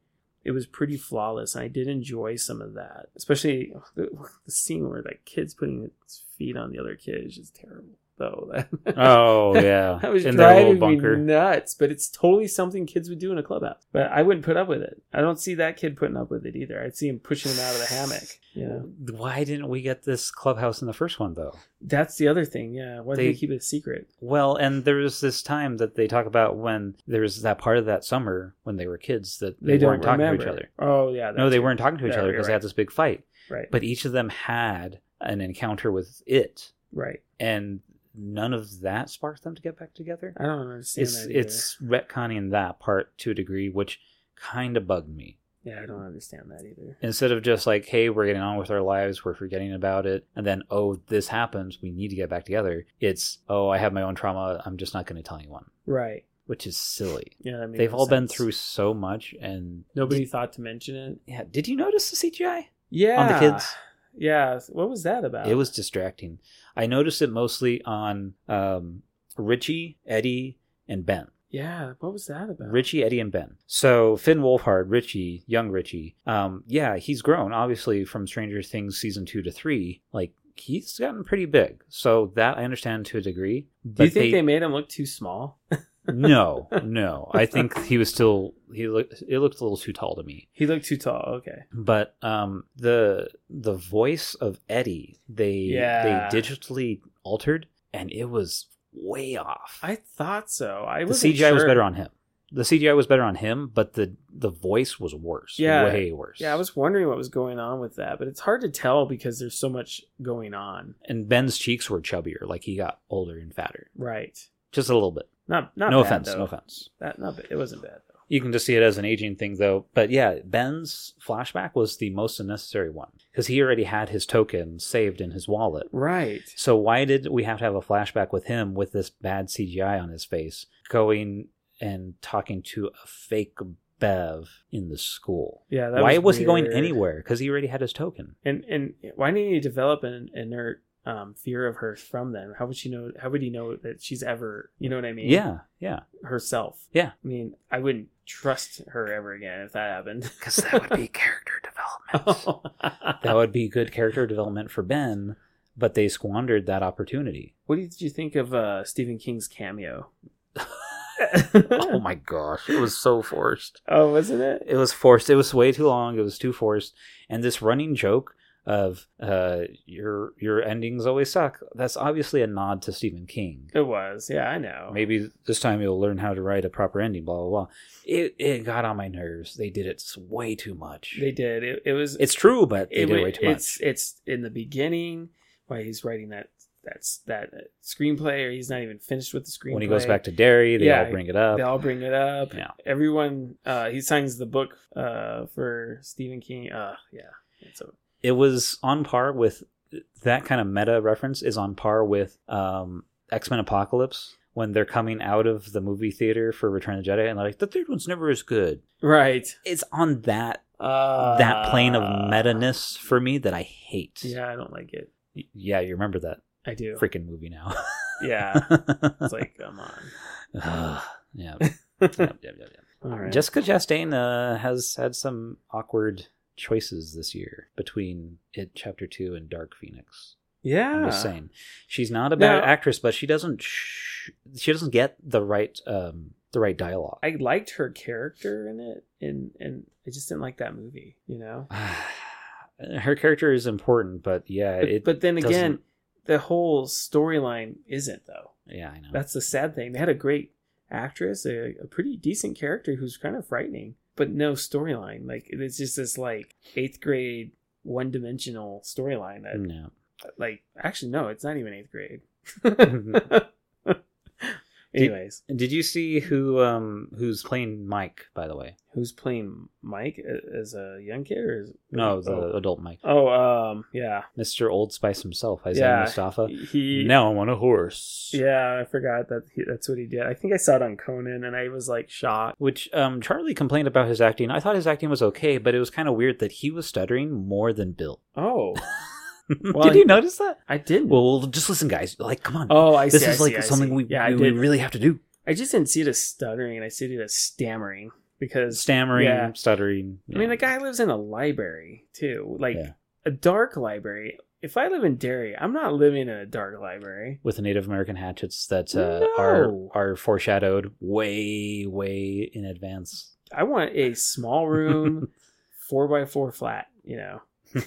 Speaker 1: it was pretty flawless and i did enjoy some of that *laughs* especially the, the scene where that kid's putting his feet on the other kid is just terrible though. *laughs*
Speaker 2: Oh yeah,
Speaker 1: That was
Speaker 2: in their
Speaker 1: driving
Speaker 2: little
Speaker 1: me
Speaker 2: bunker.
Speaker 1: nuts, but it's totally something kids would do in a clubhouse. But I wouldn't put up with it. I don't see that kid putting up with it either. I'd see him pushing him out of the hammock. You know,
Speaker 2: Why didn't we get this clubhouse in the first one though?
Speaker 1: that's the other thing. Yeah, why do they
Speaker 2: They-
Speaker 1: keep it a secret?
Speaker 2: Well, and there was this time that they talk about when there was that part of that summer when they were kids that
Speaker 1: They,
Speaker 2: they,
Speaker 1: don't
Speaker 2: weren't talking
Speaker 1: remember.
Speaker 2: to each other.
Speaker 1: Oh yeah,
Speaker 2: No,
Speaker 1: that's
Speaker 2: they
Speaker 1: right.
Speaker 2: weren't talking to each
Speaker 1: Yeah,
Speaker 2: other
Speaker 1: you're
Speaker 2: because they had
Speaker 1: right.
Speaker 2: this big fight.
Speaker 1: Right,
Speaker 2: But each of them had an encounter with it,
Speaker 1: right.
Speaker 2: and none of that sparked them to get back together.
Speaker 1: I don't understand
Speaker 2: It's
Speaker 1: that. either.
Speaker 2: it's retconning that part to a degree, which kind of bugged me.
Speaker 1: yeah, I don't understand that either.
Speaker 2: Instead of just like, hey, we're getting on with our lives, we're forgetting about it, and then oh, this happens, we need to get back together. It's oh, I have my own trauma, I'm just not going to tell anyone,
Speaker 1: Right.
Speaker 2: which is silly.
Speaker 1: Yeah, that makes
Speaker 2: They've
Speaker 1: no
Speaker 2: all been
Speaker 1: sense.
Speaker 2: through so much, and
Speaker 1: Nobody thought to mention it.
Speaker 2: yeah. Did you notice the CGI?
Speaker 1: Yeah,
Speaker 2: kids.
Speaker 1: Yeah, what was that about?
Speaker 2: It was distracting. I noticed it mostly on um, Richie, Eddie, and Ben.
Speaker 1: Yeah, what was that about?
Speaker 2: Richie, Eddie, and Ben. So Finn Wolfhard, Richie, young Richie. Um, yeah, he's grown obviously from Stranger Things season two to three. Like he's gotten pretty big. So that I understand to a degree.
Speaker 1: Do you think they, made him look too small? *laughs*
Speaker 2: no, no. I think he was still he looked it looked a little too tall to me.
Speaker 1: He looked too tall. Okay.
Speaker 2: But um, the the voice of Eddie they
Speaker 1: Yeah.
Speaker 2: they digitally altered and it was way off.
Speaker 1: I thought so. I
Speaker 2: the
Speaker 1: wasn't
Speaker 2: CGI was
Speaker 1: sure.
Speaker 2: better on him. The CGI was better on him, but the the voice was worse.
Speaker 1: Yeah.
Speaker 2: way worse.
Speaker 1: Yeah, I was wondering what was going on with that, but it's hard to tell because there's so much going on.
Speaker 2: And Ben's cheeks were chubbier, like he got older and fatter,
Speaker 1: Right.
Speaker 2: just a little bit.
Speaker 1: Not not
Speaker 2: no
Speaker 1: bad,
Speaker 2: offense,
Speaker 1: though.
Speaker 2: no offense.
Speaker 1: That not bad. it wasn't bad though.
Speaker 2: You can just see it as an aging thing, though. But yeah, Ben's flashback was the most unnecessary one because he already had his token saved in his wallet.
Speaker 1: Right.
Speaker 2: So why did we have to have a flashback with him with this bad CGI on his face, going and talking to a fake Bev in the school?
Speaker 1: Yeah. That
Speaker 2: why was, he going
Speaker 1: weird.
Speaker 2: anywhere? Because he already had his token.
Speaker 1: And and why didn't he develop an inert um, fear of her from them? How would she know? How would he know that she's ever? You know what I mean?
Speaker 2: Yeah, yeah.
Speaker 1: Herself.
Speaker 2: Yeah.
Speaker 1: I mean, I wouldn't trust her ever again if that happened. *laughs*
Speaker 2: Because that would be *laughs* character development. *laughs* that
Speaker 1: *laughs* what
Speaker 2: would be good character development for Ben, but they squandered that opportunity.
Speaker 1: did you think of uh, Stephen King's
Speaker 2: *laughs*
Speaker 1: cameo? *laughs*
Speaker 2: oh my gosh, it was so forced.
Speaker 1: Oh, wasn't it?
Speaker 2: It was forced. It was way too long. It was too forced. And this running joke of uh, your your endings always suck. That's obviously a nod to Stephen King.
Speaker 1: It was. Yeah, I know.
Speaker 2: Maybe this time you'll learn how to write a proper ending. Blah blah blah. It it got on my nerves. They did it s- way too much.
Speaker 1: they did. It, it was.
Speaker 2: it's true, but they
Speaker 1: it
Speaker 2: did it
Speaker 1: wa-
Speaker 2: way too much.
Speaker 1: It's it's in the beginning while he's writing that that's that screenplay, or he's not even finished with the screenplay.
Speaker 2: When he goes back to Derry, they
Speaker 1: Yeah,
Speaker 2: all bring it up.
Speaker 1: they all bring it up.
Speaker 2: Yeah.
Speaker 1: Everyone, uh, he signs the book uh, for Stephen King. Uh, yeah, it's a,
Speaker 2: it was on par with that kind of meta reference is on par with um, X Men Apocalypse when they're coming out of the movie theater for Return of the Jedi and they're like the third one's never as good.
Speaker 1: right.
Speaker 2: It's on that
Speaker 1: Uh,
Speaker 2: that plane of meta ness for me that I hate.
Speaker 1: Yeah, I don't like it.
Speaker 2: Y- yeah, you remember that
Speaker 1: I do.
Speaker 2: freaking movie now. *laughs*
Speaker 1: Yeah, it's like come on.
Speaker 2: Ugh.
Speaker 1: *laughs*
Speaker 2: yeah. Yep, yep, yep, yep.
Speaker 1: All right.
Speaker 2: Jessica Chastain uh, has had some awkward choices this year between It Chapter Two and Dark Phoenix.
Speaker 1: yeah.
Speaker 2: I'm just saying, she's not a
Speaker 1: Ah. Now-
Speaker 2: bad actress, but she doesn't sh- she doesn't get the right um the right dialogue.
Speaker 1: I liked her character in it, and and I just didn't like that movie. You know.
Speaker 2: *sighs* Her character is important, but yeah,
Speaker 1: But,
Speaker 2: it.
Speaker 1: but then
Speaker 2: doesn't-
Speaker 1: again, the whole storyline isn't though.
Speaker 2: yeah, I know.
Speaker 1: That's the sad thing. They had a great actress, a, a pretty decent character who's kind of frightening, but no storyline. Like it's just this like eighth grade one dimensional storyline that *laughs*
Speaker 2: no.
Speaker 1: like actually no, it's not even eighth grade. *laughs* Anyways,
Speaker 2: Did you see who um who's playing Mike? By the way,
Speaker 1: who's playing Mike a- as a young kid or is
Speaker 2: no, the
Speaker 1: oh,
Speaker 2: adult Mike,
Speaker 1: oh, um yeah
Speaker 2: Mister Old Spice himself, Isaiah
Speaker 1: Yeah.
Speaker 2: Mustafa.
Speaker 1: he
Speaker 2: Now I'm on a horse.
Speaker 1: yeah I forgot that he, that's what he did. I think I saw it on Conan and I was like shocked.
Speaker 2: Which um, Charlie complained about his acting. I thought his acting was okay, but it was kind of weird that he was stuttering more than Bill. *laughs*
Speaker 1: Oh, Well,
Speaker 2: Did
Speaker 1: he-
Speaker 2: you notice that?
Speaker 1: I didn't.
Speaker 2: Well, just listen, guys. Like, come on.
Speaker 1: Oh, I see.
Speaker 2: this
Speaker 1: I
Speaker 2: is
Speaker 1: see,
Speaker 2: like
Speaker 1: I
Speaker 2: something
Speaker 1: see.
Speaker 2: we,
Speaker 1: yeah, I,
Speaker 2: we
Speaker 1: did.
Speaker 2: really have to do.
Speaker 1: I just didn't see it as stuttering. I see it as stammering because
Speaker 2: Stammering,
Speaker 1: Yeah.
Speaker 2: stuttering.
Speaker 1: I mean the guy lives in a library too, like
Speaker 2: Yeah.
Speaker 1: a dark library. if I live in Derry, I'm not living in a dark library.
Speaker 2: with the Native American hatchets that uh, are
Speaker 1: No.
Speaker 2: are foreshadowed way way in advance.
Speaker 1: I want a small
Speaker 2: *laughs*
Speaker 1: room, four by four flat. You know, *laughs*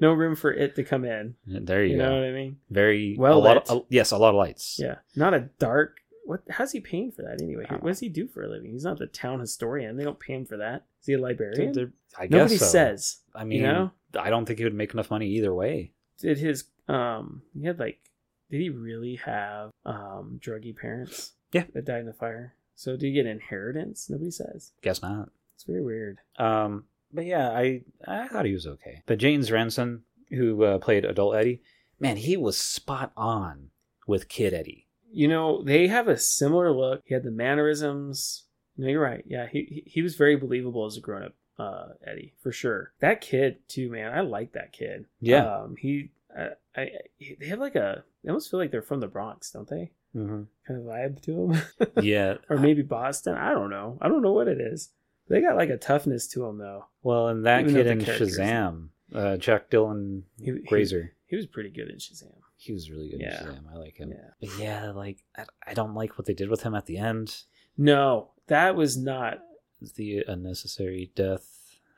Speaker 1: no room for it to come in.
Speaker 2: there you,
Speaker 1: You know
Speaker 2: go.
Speaker 1: what I mean?
Speaker 2: Very
Speaker 1: Well
Speaker 2: well. A lot of,
Speaker 1: lit.
Speaker 2: a- yes, a lot of lights.
Speaker 1: Yeah, not a dark. What? How's he paying for that anyway?
Speaker 2: I don't
Speaker 1: What does he do for a living? He's not the town historian. They don't pay him for that. Is he a librarian?
Speaker 2: Dude, they're- I guess
Speaker 1: Nobody
Speaker 2: so.
Speaker 1: says.
Speaker 2: I mean,
Speaker 1: you know?
Speaker 2: I don't think he would make enough money either way.
Speaker 1: Did his um? He had like. Did he really have um druggy parents?
Speaker 2: Yeah.
Speaker 1: that died in the fire. So do you get inheritance? Nobody says.
Speaker 2: Guess not.
Speaker 1: It's very weird.
Speaker 2: Um, but yeah, I I thought he was okay. But James Ranson, who uh, played adult Eddie, man, he was spot on with Kid Eddie.
Speaker 1: You know, they have a similar look. He had the mannerisms. No, you're right. Yeah, he he- he was very believable as a grown up, uh, Eddie for sure. That kid too, man. I like that kid.
Speaker 2: Yeah.
Speaker 1: Um, he, uh, I, I, they have like a. They almost feel like they're from the Bronx, don't they?
Speaker 2: mm-hmm.
Speaker 1: Kind of vibe to them,
Speaker 2: yeah.
Speaker 1: *laughs* or maybe Boston. I don't know. I don't know what it is. They got like a toughness to them though.
Speaker 2: *laughs* Well, and that
Speaker 1: Even
Speaker 2: kid
Speaker 1: though
Speaker 2: in
Speaker 1: the characters-
Speaker 2: Shazam, uh, Jack Dylan
Speaker 1: He- he-
Speaker 2: Grazer,
Speaker 1: He was pretty good in Shazam.
Speaker 2: he was really good
Speaker 1: Yeah.
Speaker 2: in Shazam. I like him.
Speaker 1: Yeah.
Speaker 2: But yeah, like I, I don't like what they did with him at the end.
Speaker 1: No, that was not.
Speaker 2: The unnecessary death.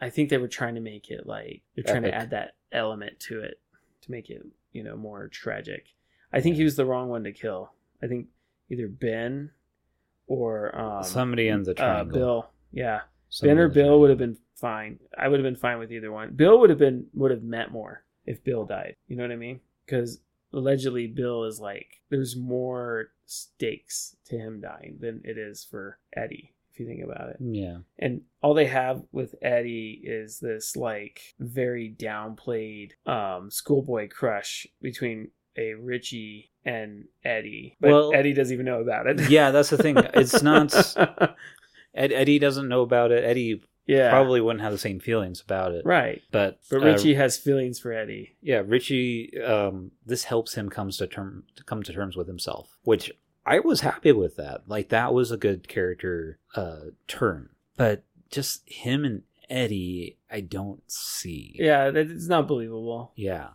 Speaker 1: I think they were trying to make it like they're trying to
Speaker 2: Epic.
Speaker 1: add that element to it to make it you know more tragic. I think he was the wrong one to kill. I think either Ben or um,
Speaker 2: Somebody in the
Speaker 1: uh,
Speaker 2: triangle.
Speaker 1: Bill. Yeah,
Speaker 2: Somebody
Speaker 1: ben or
Speaker 2: in the
Speaker 1: Bill would have
Speaker 2: triangle.
Speaker 1: been fine. I would have been fine with either one. Bill would have been would have meant more if Bill died. You know what I mean? Because allegedly Bill is like there's more stakes to him dying than it is for Eddie. If you think about it,
Speaker 2: Yeah.
Speaker 1: and all they have with Eddie is this like very downplayed um schoolboy crush between a Richie and Eddie, but
Speaker 2: Well-
Speaker 1: Eddie doesn't even know about it.
Speaker 2: Yeah, that's the thing. It's not. Ed, Eddie doesn't know about it. Eddie
Speaker 1: *laughs* yeah,
Speaker 2: probably wouldn't have the same feelings about it.
Speaker 1: right.
Speaker 2: But,
Speaker 1: But
Speaker 2: uh,
Speaker 1: Richie has feelings for Eddie.
Speaker 2: yeah, Richie. Um, this helps him comes to term to come to terms with himself, which I was happy with that. Like that was a good character uh, turn. But just him and Eddie, I don't see.
Speaker 1: Yeah, that it's not believable.
Speaker 2: Yeah.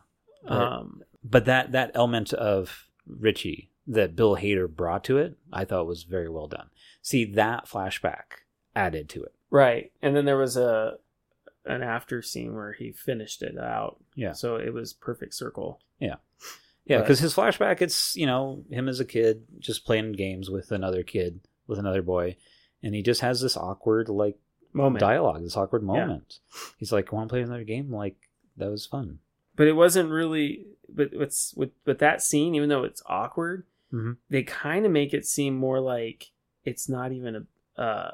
Speaker 2: But,
Speaker 1: Um,
Speaker 2: but that that element of Richie that Bill Hader brought to it, I thought was very well done. See that flashback added to it.
Speaker 1: right. And then there was a an after scene where he finished it out.
Speaker 2: Yeah.
Speaker 1: So it was perfect circle.
Speaker 2: Yeah,
Speaker 1: Right.
Speaker 2: because his flashback, it's you know him as a kid just playing games with another kid, with another boy, and he just has this awkward like
Speaker 1: Moment.
Speaker 2: dialogue, this awkward moment. He's like, "Want to play another game?" Like that was fun.
Speaker 1: but it wasn't really but what's with but that scene even though it's awkward
Speaker 2: Mhm.
Speaker 1: they kind of make it seem more like it's not even a uh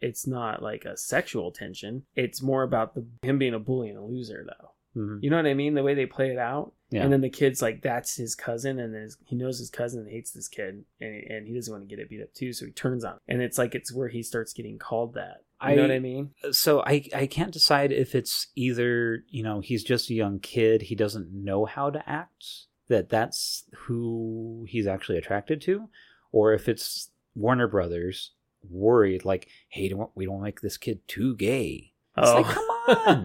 Speaker 1: it's not like a sexual tension it's more about the him being a bully and a loser though
Speaker 2: Mhm.
Speaker 1: you know what i mean the way they play it out
Speaker 2: Yeah,
Speaker 1: and then the kid's like that's his cousin and his, he knows his cousin and hates this kid and, and he doesn't want to get it beat up too so he turns on him. and it's like it's where he starts getting called that you know
Speaker 2: I-
Speaker 1: what i mean
Speaker 2: Uh, so I I can't decide if it's either you know he's just a young kid, he doesn't know how to act, that that's who he's actually attracted to, or if it's Warner Brothers worried like, "Hey, don't, we don't wanna make this kid too gay." *laughs* It's like, come on.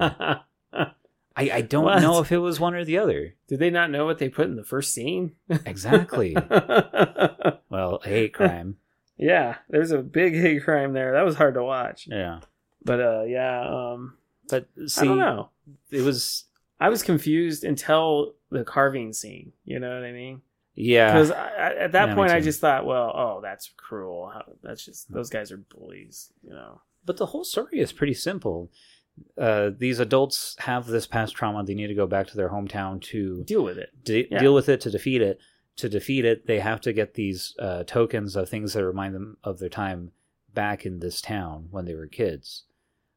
Speaker 2: I, I don't
Speaker 1: What?
Speaker 2: know if it was one or the other.
Speaker 1: *laughs* Did they not know what they put in the first scene? *laughs*
Speaker 2: Exactly. well, I hate crime.
Speaker 1: yeah, there's a big hate crime there. That was hard to watch.
Speaker 2: Yeah.
Speaker 1: But uh yeah, um
Speaker 2: But see,
Speaker 1: I don't know.
Speaker 2: it was
Speaker 1: I was confused until the carving scene. You know what I mean?
Speaker 2: yeah.
Speaker 1: Because at that
Speaker 2: Yeah, me
Speaker 1: point, I
Speaker 2: too.
Speaker 1: just thought, well, oh, that's cruel. How, that's just those guys are bullies. You know?
Speaker 2: But the whole story is pretty simple. Uh, these adults have this past trauma. They need to go back to their hometown to
Speaker 1: Deal with it.
Speaker 2: de-
Speaker 1: Yeah.
Speaker 2: deal with it, to defeat it. To defeat it, they have to get these uh, tokens of things that remind them of their time back in this town when they were kids.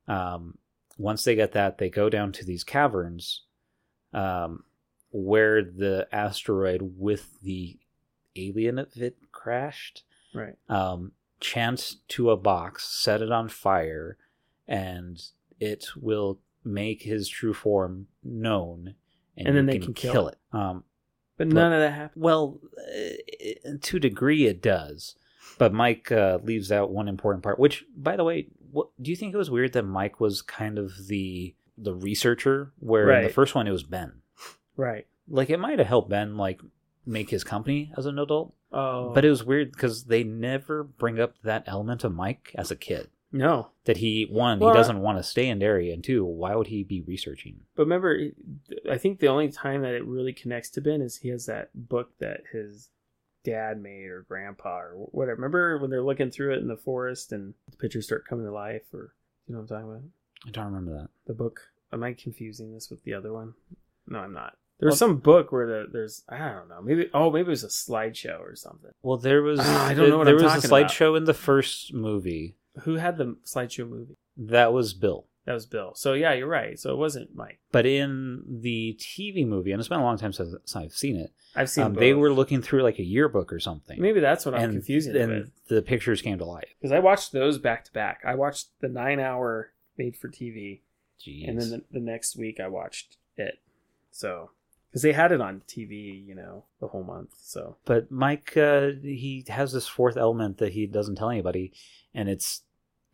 Speaker 2: Um, once they get that, they go down to these caverns um, where the asteroid with the alien of it crashed
Speaker 1: Right.
Speaker 2: um, chant to a box, set it on fire, and it will make his true form known,
Speaker 1: And then
Speaker 2: you
Speaker 1: they can kill
Speaker 2: it. Um,
Speaker 1: But none of that happened.
Speaker 2: well, uh, to a degree, it does. But Mike uh, leaves out one important part, which, by the way, what, do you think it was weird that Mike was kind of the the researcher, where in the
Speaker 1: Right.
Speaker 2: first one it was Ben?
Speaker 1: Right.
Speaker 2: Like it might have helped Ben like make his company as an adult,
Speaker 1: Oh.
Speaker 2: but it was weird because they never bring up that element of Mike as a kid.
Speaker 1: no.
Speaker 2: That he one
Speaker 1: Well, I-
Speaker 2: he doesn't want to stay in Derry, and two, why would he be researching?
Speaker 1: But remember, I think the only time that it really connects to Ben is he has that book that his dad made or grandpa or whatever. Remember when they're looking through it in the forest and the pictures start coming to life, or you know what I'm talking about?
Speaker 2: I don't remember that.
Speaker 1: The book. Am I confusing this with the other one? No, I'm not. There's some book where the, there's I don't know maybe oh maybe it was a slideshow or something.
Speaker 2: Well, there was
Speaker 1: Ah, I don't know what
Speaker 2: there
Speaker 1: I'm
Speaker 2: was a
Speaker 1: talking about.
Speaker 2: slideshow in the first movie
Speaker 1: Who had the slideshow movie?
Speaker 2: that was Bill,
Speaker 1: That was Bill. So yeah, you're right. So it wasn't Mike.
Speaker 2: but in the TV movie, and it's been a long time since since I've seen it.
Speaker 1: I've seen
Speaker 2: Um, they
Speaker 1: both.
Speaker 2: were looking through like a yearbook or something,
Speaker 1: maybe that's what I'm
Speaker 2: and
Speaker 1: confusing. it
Speaker 2: and
Speaker 1: with.
Speaker 2: the pictures came to life.
Speaker 1: because I watched those back to back. I watched the nine hour made for TV,
Speaker 2: Jeez.
Speaker 1: and then the, the next week I watched it. So, because they had it on TV, you know, the whole month. So,
Speaker 2: but Mike, uh, he has this fourth element that he doesn't tell anybody, and it's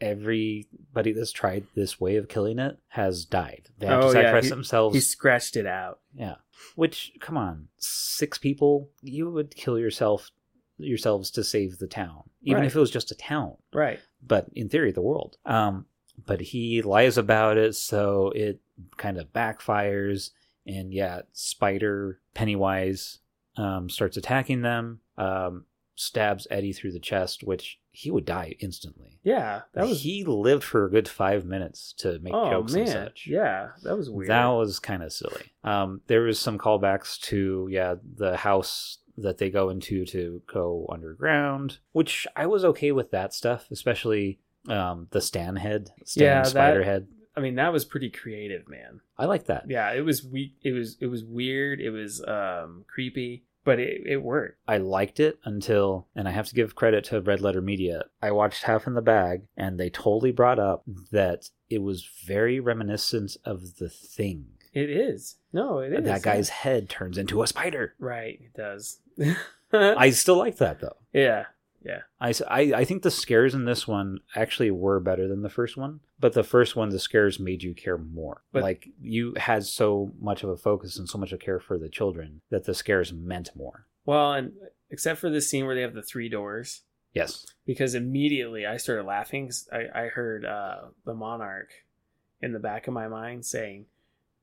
Speaker 2: everybody that's tried this way of killing it has died. They have
Speaker 1: Oh,
Speaker 2: to
Speaker 1: yeah,
Speaker 2: sacrifice
Speaker 1: he-
Speaker 2: themselves.
Speaker 1: he scratched it out.
Speaker 2: Yeah. Which, come on, six people, you would kill yourself yourselves to save the town, even
Speaker 1: Right.
Speaker 2: if it was just a town.
Speaker 1: Right.
Speaker 2: But in theory, the world. Um, but he lies about it, so it kind of backfires. And yeah, Spider Pennywise um, starts attacking them, um, stabs Eddie through the chest, which he would die instantly.
Speaker 1: Yeah. That was.
Speaker 2: he lived for a good five minutes to make
Speaker 1: oh
Speaker 2: jokes
Speaker 1: man.
Speaker 2: and such.
Speaker 1: Yeah, that was weird.
Speaker 2: That was kind of silly. Um, there was some callbacks to yeah the house that they go into to go underground, which I was okay with that stuff, especially um, the Stan head, Stan
Speaker 1: Yeah, that-
Speaker 2: Spider head.
Speaker 1: I mean, that was pretty creative, man.
Speaker 2: I like that.
Speaker 1: Yeah, it was weak. It was it was weird. It was um creepy, but it it worked.
Speaker 2: I liked it until, and I have to give credit to Red Letter Media. I watched Half in the Bag, and they totally brought up that it was very reminiscent of the Thing.
Speaker 1: It is. No, it is.
Speaker 2: That guy's head turns into a spider.
Speaker 1: right. It does.
Speaker 2: I still like that though.
Speaker 1: *laughs* yeah.
Speaker 2: I, s- I- I think the scares in this one actually were better than the first one, but the first one, the scares made you care more.
Speaker 1: But-
Speaker 2: like you had so much of a focus and so much of care for the children that the scares meant more.
Speaker 1: Well, and except for the scene where they have the three doors,
Speaker 2: Yes.
Speaker 1: because immediately I started laughing. 'cause I, I heard uh, the monarch in the back of my mind saying,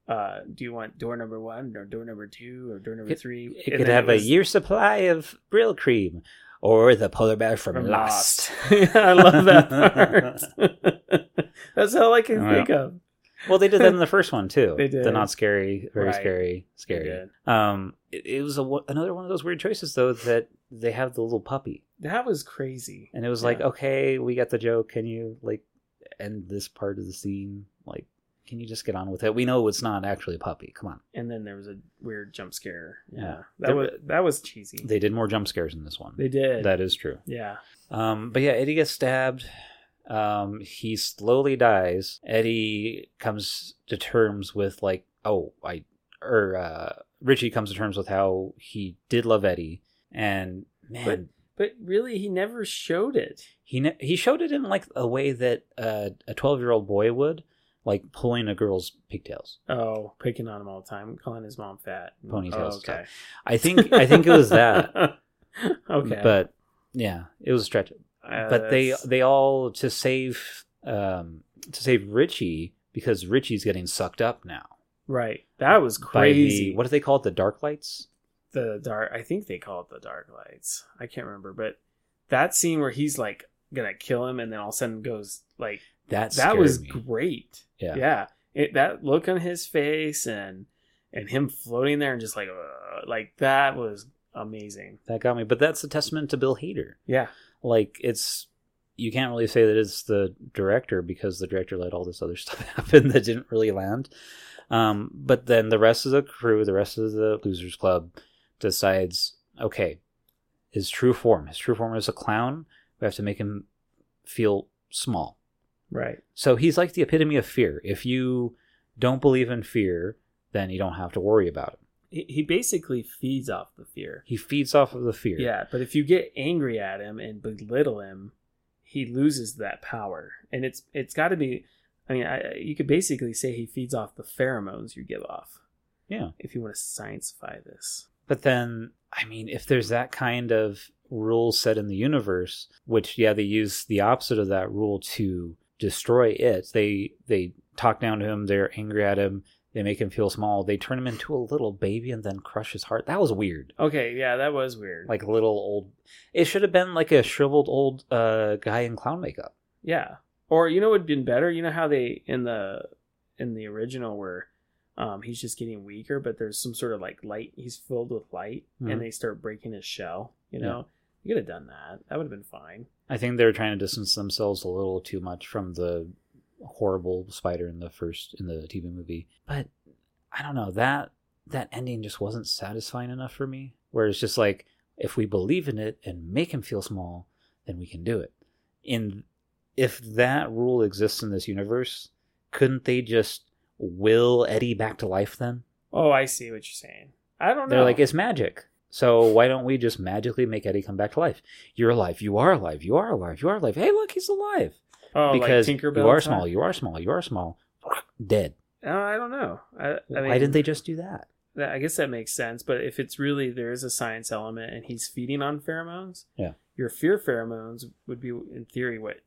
Speaker 1: uh, "Do you want door number one or door number two or door number
Speaker 2: It-
Speaker 1: three?
Speaker 2: It
Speaker 1: And
Speaker 2: could
Speaker 1: then
Speaker 2: have
Speaker 1: was
Speaker 2: a year supply of Brill Cream or the polar bear from,
Speaker 1: from
Speaker 2: Lost.
Speaker 1: Lost. *laughs* I love that part.
Speaker 2: *laughs*
Speaker 1: That's all I can
Speaker 2: Oh, Yeah.
Speaker 1: think of.
Speaker 2: *laughs* well, they did that in the first one too.
Speaker 1: They did.
Speaker 2: The not scary, very
Speaker 1: Right.
Speaker 2: scary, scary.
Speaker 1: Yeah.
Speaker 2: Um, it, it was a, wo- another one of those weird choices though that they have the little puppy.
Speaker 1: That was crazy.
Speaker 2: and it was like oh.
Speaker 1: Yeah.
Speaker 2: okay we got the joke can you like end this part of the scene like can you just get on with it we know it's not actually a puppy come on
Speaker 1: And then there was a weird jump scare. Yeah,
Speaker 2: Yeah.
Speaker 1: that
Speaker 2: There-
Speaker 1: was that was cheesy. They,
Speaker 2: they did more jump scares in this one
Speaker 1: did.
Speaker 2: that is true
Speaker 1: yeah,
Speaker 2: um but yeah eddie gets stabbed um he slowly dies eddie comes to terms with like oh i or uh richie comes to terms with how he did love eddie and man
Speaker 1: But- but really, he never showed it.
Speaker 2: he ne- he showed it in like a way that uh, a 12 year old boy would like pulling a girl's pigtails
Speaker 1: Oh, picking on him all the time, calling his mom fat,
Speaker 2: Ponytails
Speaker 1: Oh,
Speaker 2: and stuff. i think i think it was that
Speaker 1: *laughs* okay,
Speaker 2: but yeah it was a stretch
Speaker 1: Uh,
Speaker 2: but they
Speaker 1: that's-
Speaker 2: they all to save um to save richie because richie's getting sucked up now
Speaker 1: right that was
Speaker 2: by the-
Speaker 1: crazy.
Speaker 2: what do they call it the dark lights
Speaker 1: the dark? I think they call it the dark lights. I can't remember, but that scene where he's like gonna kill him, and then all of a sudden goes like
Speaker 2: that
Speaker 1: that was
Speaker 2: me.
Speaker 1: great.
Speaker 2: Yeah.
Speaker 1: It, that look on his face and and him floating there and just like uh, like that was amazing.
Speaker 2: that got me but that's a testament to bill hader
Speaker 1: Yeah,
Speaker 2: like it's you can't really say that it's the director because the director let all this other *laughs* stuff happen that didn't really land. Um, but then the rest of the crew, the rest of the losers club, decides okay, his true form. His true form is a clown. We have to make him feel small.
Speaker 1: right.
Speaker 2: So he's like the epitome of fear. If you don't believe in fear, then you don't have to worry about it.
Speaker 1: He, he basically feeds off the fear.
Speaker 2: He feeds off of the fear.
Speaker 1: Yeah, but if you get angry at him and belittle him, he loses that power, and it's it's got to be. I mean, I, you could basically say he feeds off the pheromones you give off.
Speaker 2: Yeah.
Speaker 1: If you want to sciencefy this.
Speaker 2: But then, I mean, if there's that kind of rule set in the universe, which yeah, they use the opposite of that rule to destroy it. They they talk down to him. They're angry at him. They make him feel small. They turn him into a little baby and then crush his heart. That was weird.
Speaker 1: Okay, yeah, that was weird.
Speaker 2: Like little old. It should have been like a shriveled old uh, guy in clown makeup.
Speaker 1: Yeah. Or you know what would have been better? You know how they in the in the original where um he's just getting weaker, but there's some sort of like light he's filled with light
Speaker 2: Mhm.
Speaker 1: and they start breaking his shell, you know? You could have done that. That would have been fine.
Speaker 2: I think they were trying to distance themselves a little too much from the horrible spider in the first in the TV movie. But I don't know that that ending just wasn't satisfying enough for me. Where it's just like if we believe in it and make him feel small, then we can do it. And if that rule exists in this universe, couldn't they just will Eddie back to life then?
Speaker 1: Oh, I see what you're saying. I don't know.
Speaker 2: They're like, it's magic. So why don't we just magically make Eddie come back to life? You're alive. You are alive. You are alive. You are alive. Hey, look, he's alive.
Speaker 1: oh, like
Speaker 2: because
Speaker 1: Tinkerbell
Speaker 2: you are
Speaker 1: time?
Speaker 2: small. You are small. You are small. Dead.
Speaker 1: Uh, I don't know. I, I mean,
Speaker 2: why didn't they just do that?
Speaker 1: that- I guess that makes sense. But if it's really there is a science element and he's feeding on pheromones,
Speaker 2: Yeah.
Speaker 1: your fear pheromones would be in theory what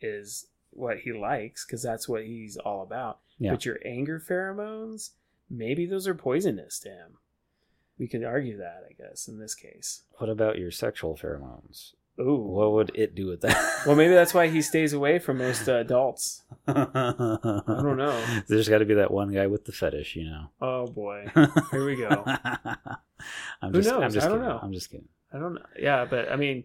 Speaker 1: is what he likes because that's what he's all about.
Speaker 2: Yeah.
Speaker 1: But your anger pheromones, maybe those are poisonous to him. We could argue that, I guess, in this case.
Speaker 2: What about your sexual pheromones?
Speaker 1: Ooh.
Speaker 2: What would it do with that?
Speaker 1: *laughs* Well, maybe that's why he
Speaker 2: *laughs*
Speaker 1: stays away from most uh, adults.
Speaker 2: I
Speaker 1: I don't know.
Speaker 2: There's got to be that one guy with the fetish, you know.
Speaker 1: Oh boy, here we go.
Speaker 2: *laughs* I'm
Speaker 1: Who
Speaker 2: just, I'm
Speaker 1: knows?
Speaker 2: just
Speaker 1: I don't
Speaker 2: kidding.
Speaker 1: know.
Speaker 2: I'm just kidding.
Speaker 1: I don't know. Yeah, but I mean,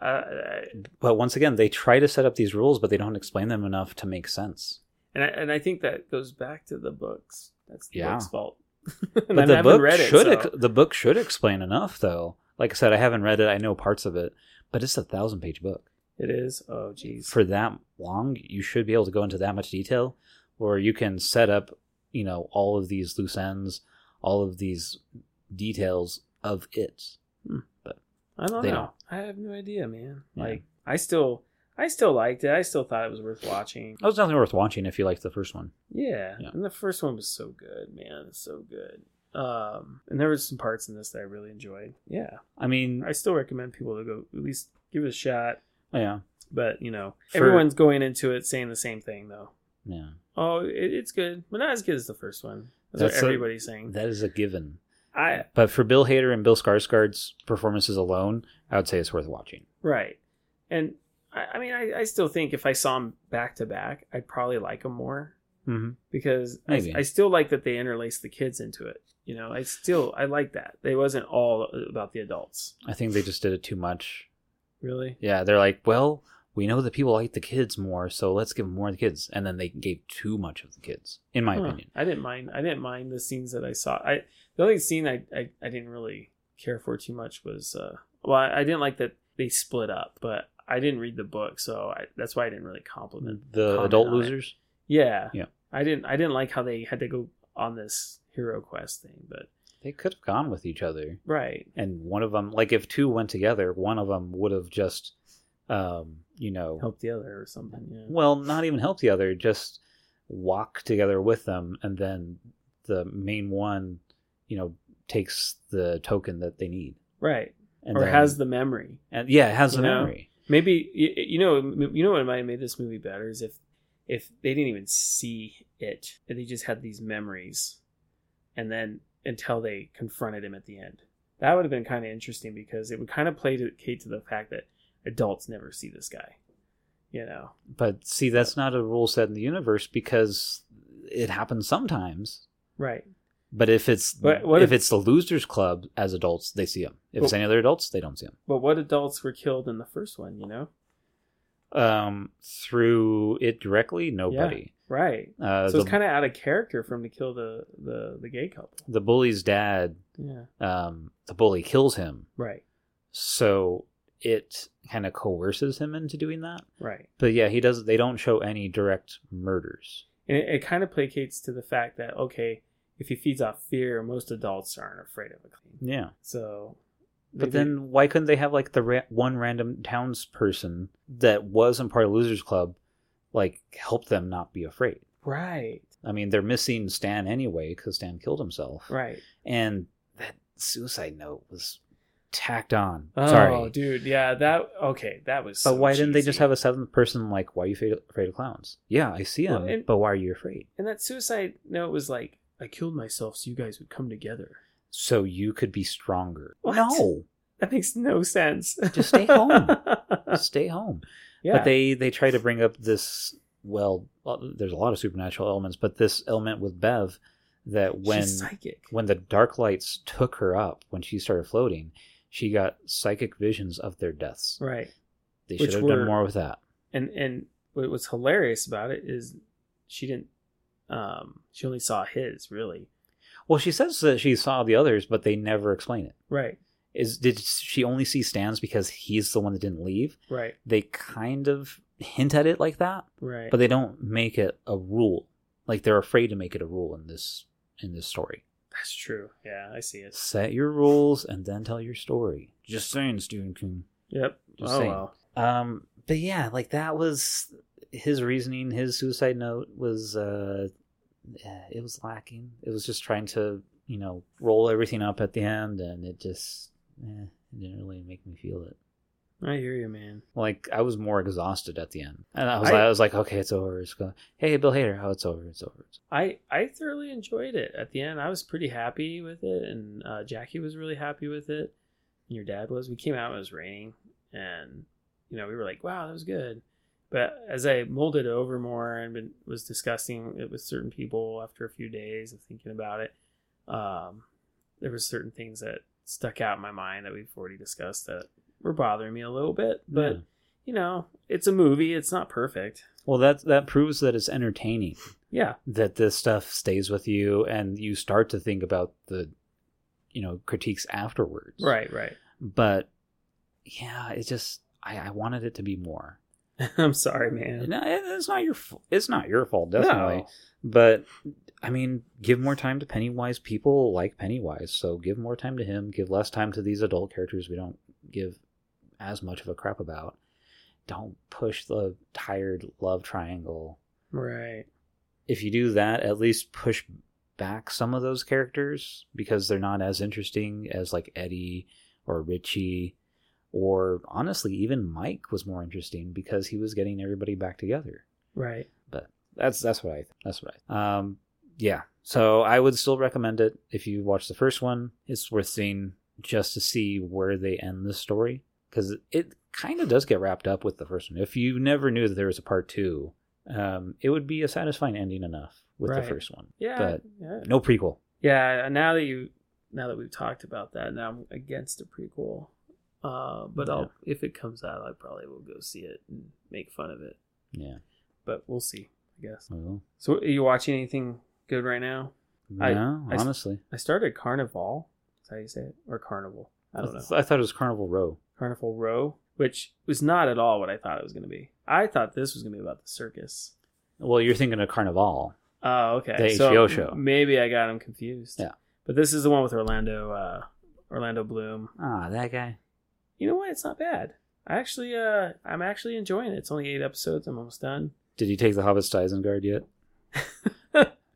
Speaker 1: uh, I,
Speaker 2: But once again, they try to set up these rules, but they don't explain them enough to make sense.
Speaker 1: and I, and I think that goes back to the books. That's the
Speaker 2: Yeah.
Speaker 1: book's fault. *laughs*
Speaker 2: But the book should
Speaker 1: so-
Speaker 2: ex- the book should explain enough, though. Like I said, I haven't read it. I know parts of it, but it's a thousand page book.
Speaker 1: it is. Oh, geez.
Speaker 2: for that long, you should be able to go into that much detail where you can set up, you know, all of these loose ends, all of these details of it.
Speaker 1: I don't
Speaker 2: they
Speaker 1: know.
Speaker 2: don't.
Speaker 1: I have no idea, man.
Speaker 2: Yeah.
Speaker 1: Like I still, I still liked it. I still thought it was worth watching.
Speaker 2: That was nothing worth watching if you liked the first one.
Speaker 1: Yeah.
Speaker 2: Yeah.
Speaker 1: And the first one was so good, man. It's so good. Um, and there was some parts in this that I really enjoyed. Yeah,
Speaker 2: I mean,
Speaker 1: I still recommend people to go at least give it a shot.
Speaker 2: yeah,
Speaker 1: But you know,
Speaker 2: For-
Speaker 1: everyone's going into it saying the same thing though.
Speaker 2: yeah,
Speaker 1: Oh, it, it's good, but not as good as the first one. That's,
Speaker 2: That's
Speaker 1: what
Speaker 2: a-
Speaker 1: everybody's saying.
Speaker 2: that is a given.
Speaker 1: I
Speaker 2: But for Bill Hader and Bill Skarsgård's performances alone, I would say it's worth watching.
Speaker 1: right, and I, I mean, I, I still think if I saw them back to back, I'd probably like them more
Speaker 2: Mm-hmm.
Speaker 1: because I,
Speaker 2: Maybe.
Speaker 1: I still like that they interlace the kids into it. You know, I still I like that they wasn't all about the adults.
Speaker 2: I think they just did it too much.
Speaker 1: Really,
Speaker 2: Yeah, they're like, well, we know that people like the kids more, so let's give them more of the kids. And then they gave too much of the kids, in my
Speaker 1: Huh.
Speaker 2: opinion.
Speaker 1: I didn't mind. I didn't mind the scenes that I saw. I the only scene I I, I didn't really care for too much was uh well I, I didn't like that they split up, but I didn't read the book, so I, that's why I didn't really compliment
Speaker 2: The
Speaker 1: comment
Speaker 2: adult
Speaker 1: on it.
Speaker 2: losers?
Speaker 1: Yeah.
Speaker 2: Yeah.
Speaker 1: I didn't I didn't like how they had to go on this hero quest thing, but
Speaker 2: they could have gone with each other
Speaker 1: right.
Speaker 2: and one of them like if two went together one of them would have just um you know
Speaker 1: Help the other or something, yeah.
Speaker 2: well not even help the other just walk together with them and then the main one you know takes the token that they need
Speaker 1: Right.
Speaker 2: and
Speaker 1: or
Speaker 2: then-
Speaker 1: has the memory.
Speaker 2: and yeah it has the
Speaker 1: you know?
Speaker 2: memory
Speaker 1: Maybe you, you know you know what might have made this movie better is if if they didn't even see it, and they just had these memories and then until they confronted him at the end. That would have been kind of interesting because it would kind of play to Kate to the fact that adults never see this guy. You know.
Speaker 2: but see that's not a rule set in the universe because it happens sometimes
Speaker 1: Right.
Speaker 2: but if it's
Speaker 1: But what
Speaker 2: if,
Speaker 1: if-
Speaker 2: it's the losers club as adults they see him if it's
Speaker 1: Well-
Speaker 2: any other adults they don't see him
Speaker 1: But what adults were killed in the first one, you know?
Speaker 2: um through it directly nobody
Speaker 1: Right.
Speaker 2: uh
Speaker 1: so
Speaker 2: the,
Speaker 1: it's kind of out of character for him to kill the the, the gay couple.
Speaker 2: the bully's dad
Speaker 1: Yeah.
Speaker 2: um the bully kills him
Speaker 1: Right.
Speaker 2: so it kind of coerces him into doing that
Speaker 1: Right.
Speaker 2: but yeah he does they don't show any direct murders
Speaker 1: And it, it kind of placates to the fact that okay, if he feeds off fear, most adults aren't afraid of a clean.
Speaker 2: yeah
Speaker 1: So.
Speaker 2: but
Speaker 1: maybe-
Speaker 2: then why couldn't they have like the ra- one random townsperson that wasn't part of losers club like help them not be afraid
Speaker 1: Right.
Speaker 2: I mean, they're missing Stan anyway because Stan killed himself.
Speaker 1: Right.
Speaker 2: And that suicide note was tacked on.
Speaker 1: Oh,
Speaker 2: Sorry.
Speaker 1: dude. Yeah. That. Okay. That was.
Speaker 2: But
Speaker 1: so
Speaker 2: why didn't they just
Speaker 1: cheesy.
Speaker 2: have a seventh person like, why are you afraid of, afraid of clowns? Yeah, I see
Speaker 1: Well,
Speaker 2: them,
Speaker 1: and-
Speaker 2: but why are you afraid?
Speaker 1: And that suicide note was like, I killed myself so you guys would come together.
Speaker 2: So you could be stronger.
Speaker 1: What?
Speaker 2: No,
Speaker 1: That makes no sense.
Speaker 2: Just stay home. stay home.
Speaker 1: *laughs* yeah.
Speaker 2: But they they try to bring up this. Well, uh, there's a lot of supernatural elements, but this element with Bev that when
Speaker 1: She's psychic.
Speaker 2: when the dark lights took her up when she started floating, she got psychic visions of their deaths.
Speaker 1: Right.
Speaker 2: They
Speaker 1: Which
Speaker 2: should have
Speaker 1: were-
Speaker 2: done more with that.
Speaker 1: and and what was hilarious about it is she didn't um she only saw his really
Speaker 2: Well, she says that she saw the others, but they never explain it.
Speaker 1: right
Speaker 2: Is did she only see Stan's because he's the one that didn't leave?
Speaker 1: right
Speaker 2: They kind of hint at it like that,
Speaker 1: right
Speaker 2: but they don't make it a rule. Like they're afraid to make it a rule in this in this story.
Speaker 1: that's true yeah i see it
Speaker 2: Set your rules and then tell your story. Just saying, Stephen King.
Speaker 1: yep
Speaker 2: Just
Speaker 1: oh
Speaker 2: saying.
Speaker 1: well
Speaker 2: Um, but yeah, like that was his reasoning. His suicide note was uh, eh, it was lacking. It was just trying to you know roll everything up at the end, and it just eh, it didn't really make me feel it.
Speaker 1: i hear you man
Speaker 2: Like I was more exhausted at the end, and I was
Speaker 1: I-
Speaker 2: like, I was like, okay, it's over. It's going. Hey, Bill Hader, oh, it's over. It's over. It's
Speaker 1: i i thoroughly enjoyed it at the end i was pretty happy with it and uh jackie was really happy with it and your dad was we came out it was raining and you know we were like wow that was good but as i molded it over more and been, was discussing it with certain people after a few days of thinking about it um, there was certain things that stuck out in my mind that we've already discussed that were bothering me a little bit but
Speaker 2: Yeah.
Speaker 1: you know it's a movie it's not perfect
Speaker 2: Well, that that proves that it's entertaining.
Speaker 1: yeah
Speaker 2: that this stuff stays with you, and you start to think about the, you know, critiques afterwards.
Speaker 1: right right *laughs*
Speaker 2: but yeah, it just I, I wanted it to be more.
Speaker 1: i'm sorry man
Speaker 2: No, it- it's not your f- it's not your fault definitely, but I mean, give more time to Pennywise. People like Pennywise, so give more time to him. Give less time to these adult characters we don't give as much of a crap about. Don't push the tired love triangle.
Speaker 1: No. right
Speaker 2: If you do that, at least push back some of those characters because they're not as interesting as like Eddie or Richie or honestly even Mike was more interesting because he was getting everybody back together.
Speaker 1: right
Speaker 2: That's that's what I that's what I um yeah. So I would still recommend it if you watch the first one. It's worth seeing just to see where they end the story because it kind of does get wrapped up with the first one. If you never knew that there was a part two, um, it would be a satisfying ending enough with
Speaker 1: Right.
Speaker 2: the first one.
Speaker 1: yeah
Speaker 2: But
Speaker 1: yeah
Speaker 2: no prequel.
Speaker 1: Yeah, and now that you now that we've talked about that, now I'm against a prequel. Uh, but I'll if it comes out, I probably will go see it and make fun of it.
Speaker 2: Yeah.
Speaker 1: But we'll see, I guess.
Speaker 2: Well,
Speaker 1: So, are you watching anything good right now? I-
Speaker 2: no,
Speaker 1: I s-
Speaker 2: honestly,
Speaker 1: I started Carnival. Is that how you say it? Or Carnival? I don't know.
Speaker 2: I thought it was Carnival Row.
Speaker 1: Carnival Row, which was not at all what I thought it was going to be. I thought this was going to be about the circus.
Speaker 2: Well, you're thinking of Carnival.
Speaker 1: Oh, okay.
Speaker 2: The
Speaker 1: so
Speaker 2: HBO show.
Speaker 1: Maybe I got him confused.
Speaker 2: Yeah.
Speaker 1: But this is the one with Orlando, uh, Orlando Bloom.
Speaker 2: Ah, that guy.
Speaker 1: you know what? It's not bad. I actually, uh, I'm actually enjoying it. It's only eight episodes. I'm almost done.
Speaker 2: Did he take the Hobbit's to
Speaker 1: *laughs*
Speaker 2: Isengard yet?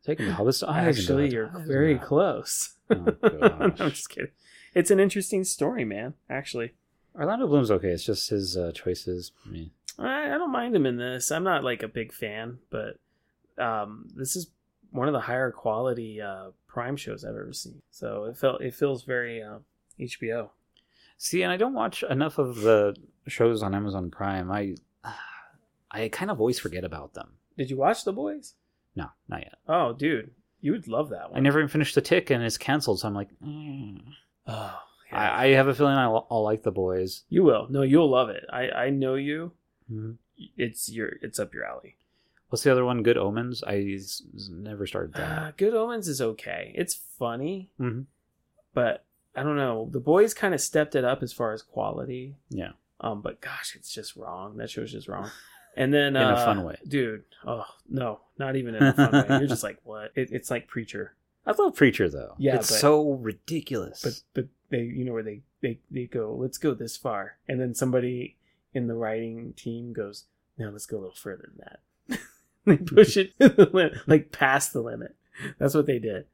Speaker 2: Taking the Hobbit's to Isengard.
Speaker 1: actually, you're very
Speaker 2: Isengard.
Speaker 1: close.
Speaker 2: Oh,
Speaker 1: *laughs* I'm
Speaker 2: gosh.
Speaker 1: just kidding. It's an interesting story, man. Actually,
Speaker 2: Orlando Bloom's okay. It's just his uh, choices. Meh.
Speaker 1: I, I don't mind him in this. I'm not like a big fan, but um, this is one of the higher quality uh, Prime shows I've ever seen. So it felt it feels very uh, HBO.
Speaker 2: See, and I don't watch enough of the shows on Amazon Prime. I *sighs* I kind of always forget about them.
Speaker 1: Did you watch The Boys?
Speaker 2: No, not yet.
Speaker 1: Oh, dude, you would love that one.
Speaker 2: I never even finished the tick, and it's canceled. So I'm like, mm.
Speaker 1: Oh, yeah.
Speaker 2: I, I have a feeling I'll, I'll like the boys.
Speaker 1: you will. No, you'll love it. I I know you. Mm-hmm.
Speaker 2: Mhm.
Speaker 1: it's your it's up your alley.
Speaker 2: What's the other one? Good Omens. I s- s- never started that.
Speaker 1: Uh, Good Omens is okay. It's funny,
Speaker 2: Mhm.
Speaker 1: but I don't know. The boys kind of stepped it up as far as quality.
Speaker 2: Yeah.
Speaker 1: Um, but gosh, it's just wrong. That show's just wrong. And then
Speaker 2: *laughs* In a
Speaker 1: uh,
Speaker 2: fun way.
Speaker 1: dude. Oh no, not even in a fun
Speaker 2: *laughs*
Speaker 1: way. You're just like what? It, it's like Preacher,
Speaker 2: I love Preacher though.
Speaker 1: Yeah,
Speaker 2: it's
Speaker 1: but-
Speaker 2: so ridiculous.
Speaker 1: but but they you know where they they they go. Let's go this far, and then somebody in the writing team goes, no, let's go a little further than that. *laughs* they push it to the limit, like past the limit. That's what they did.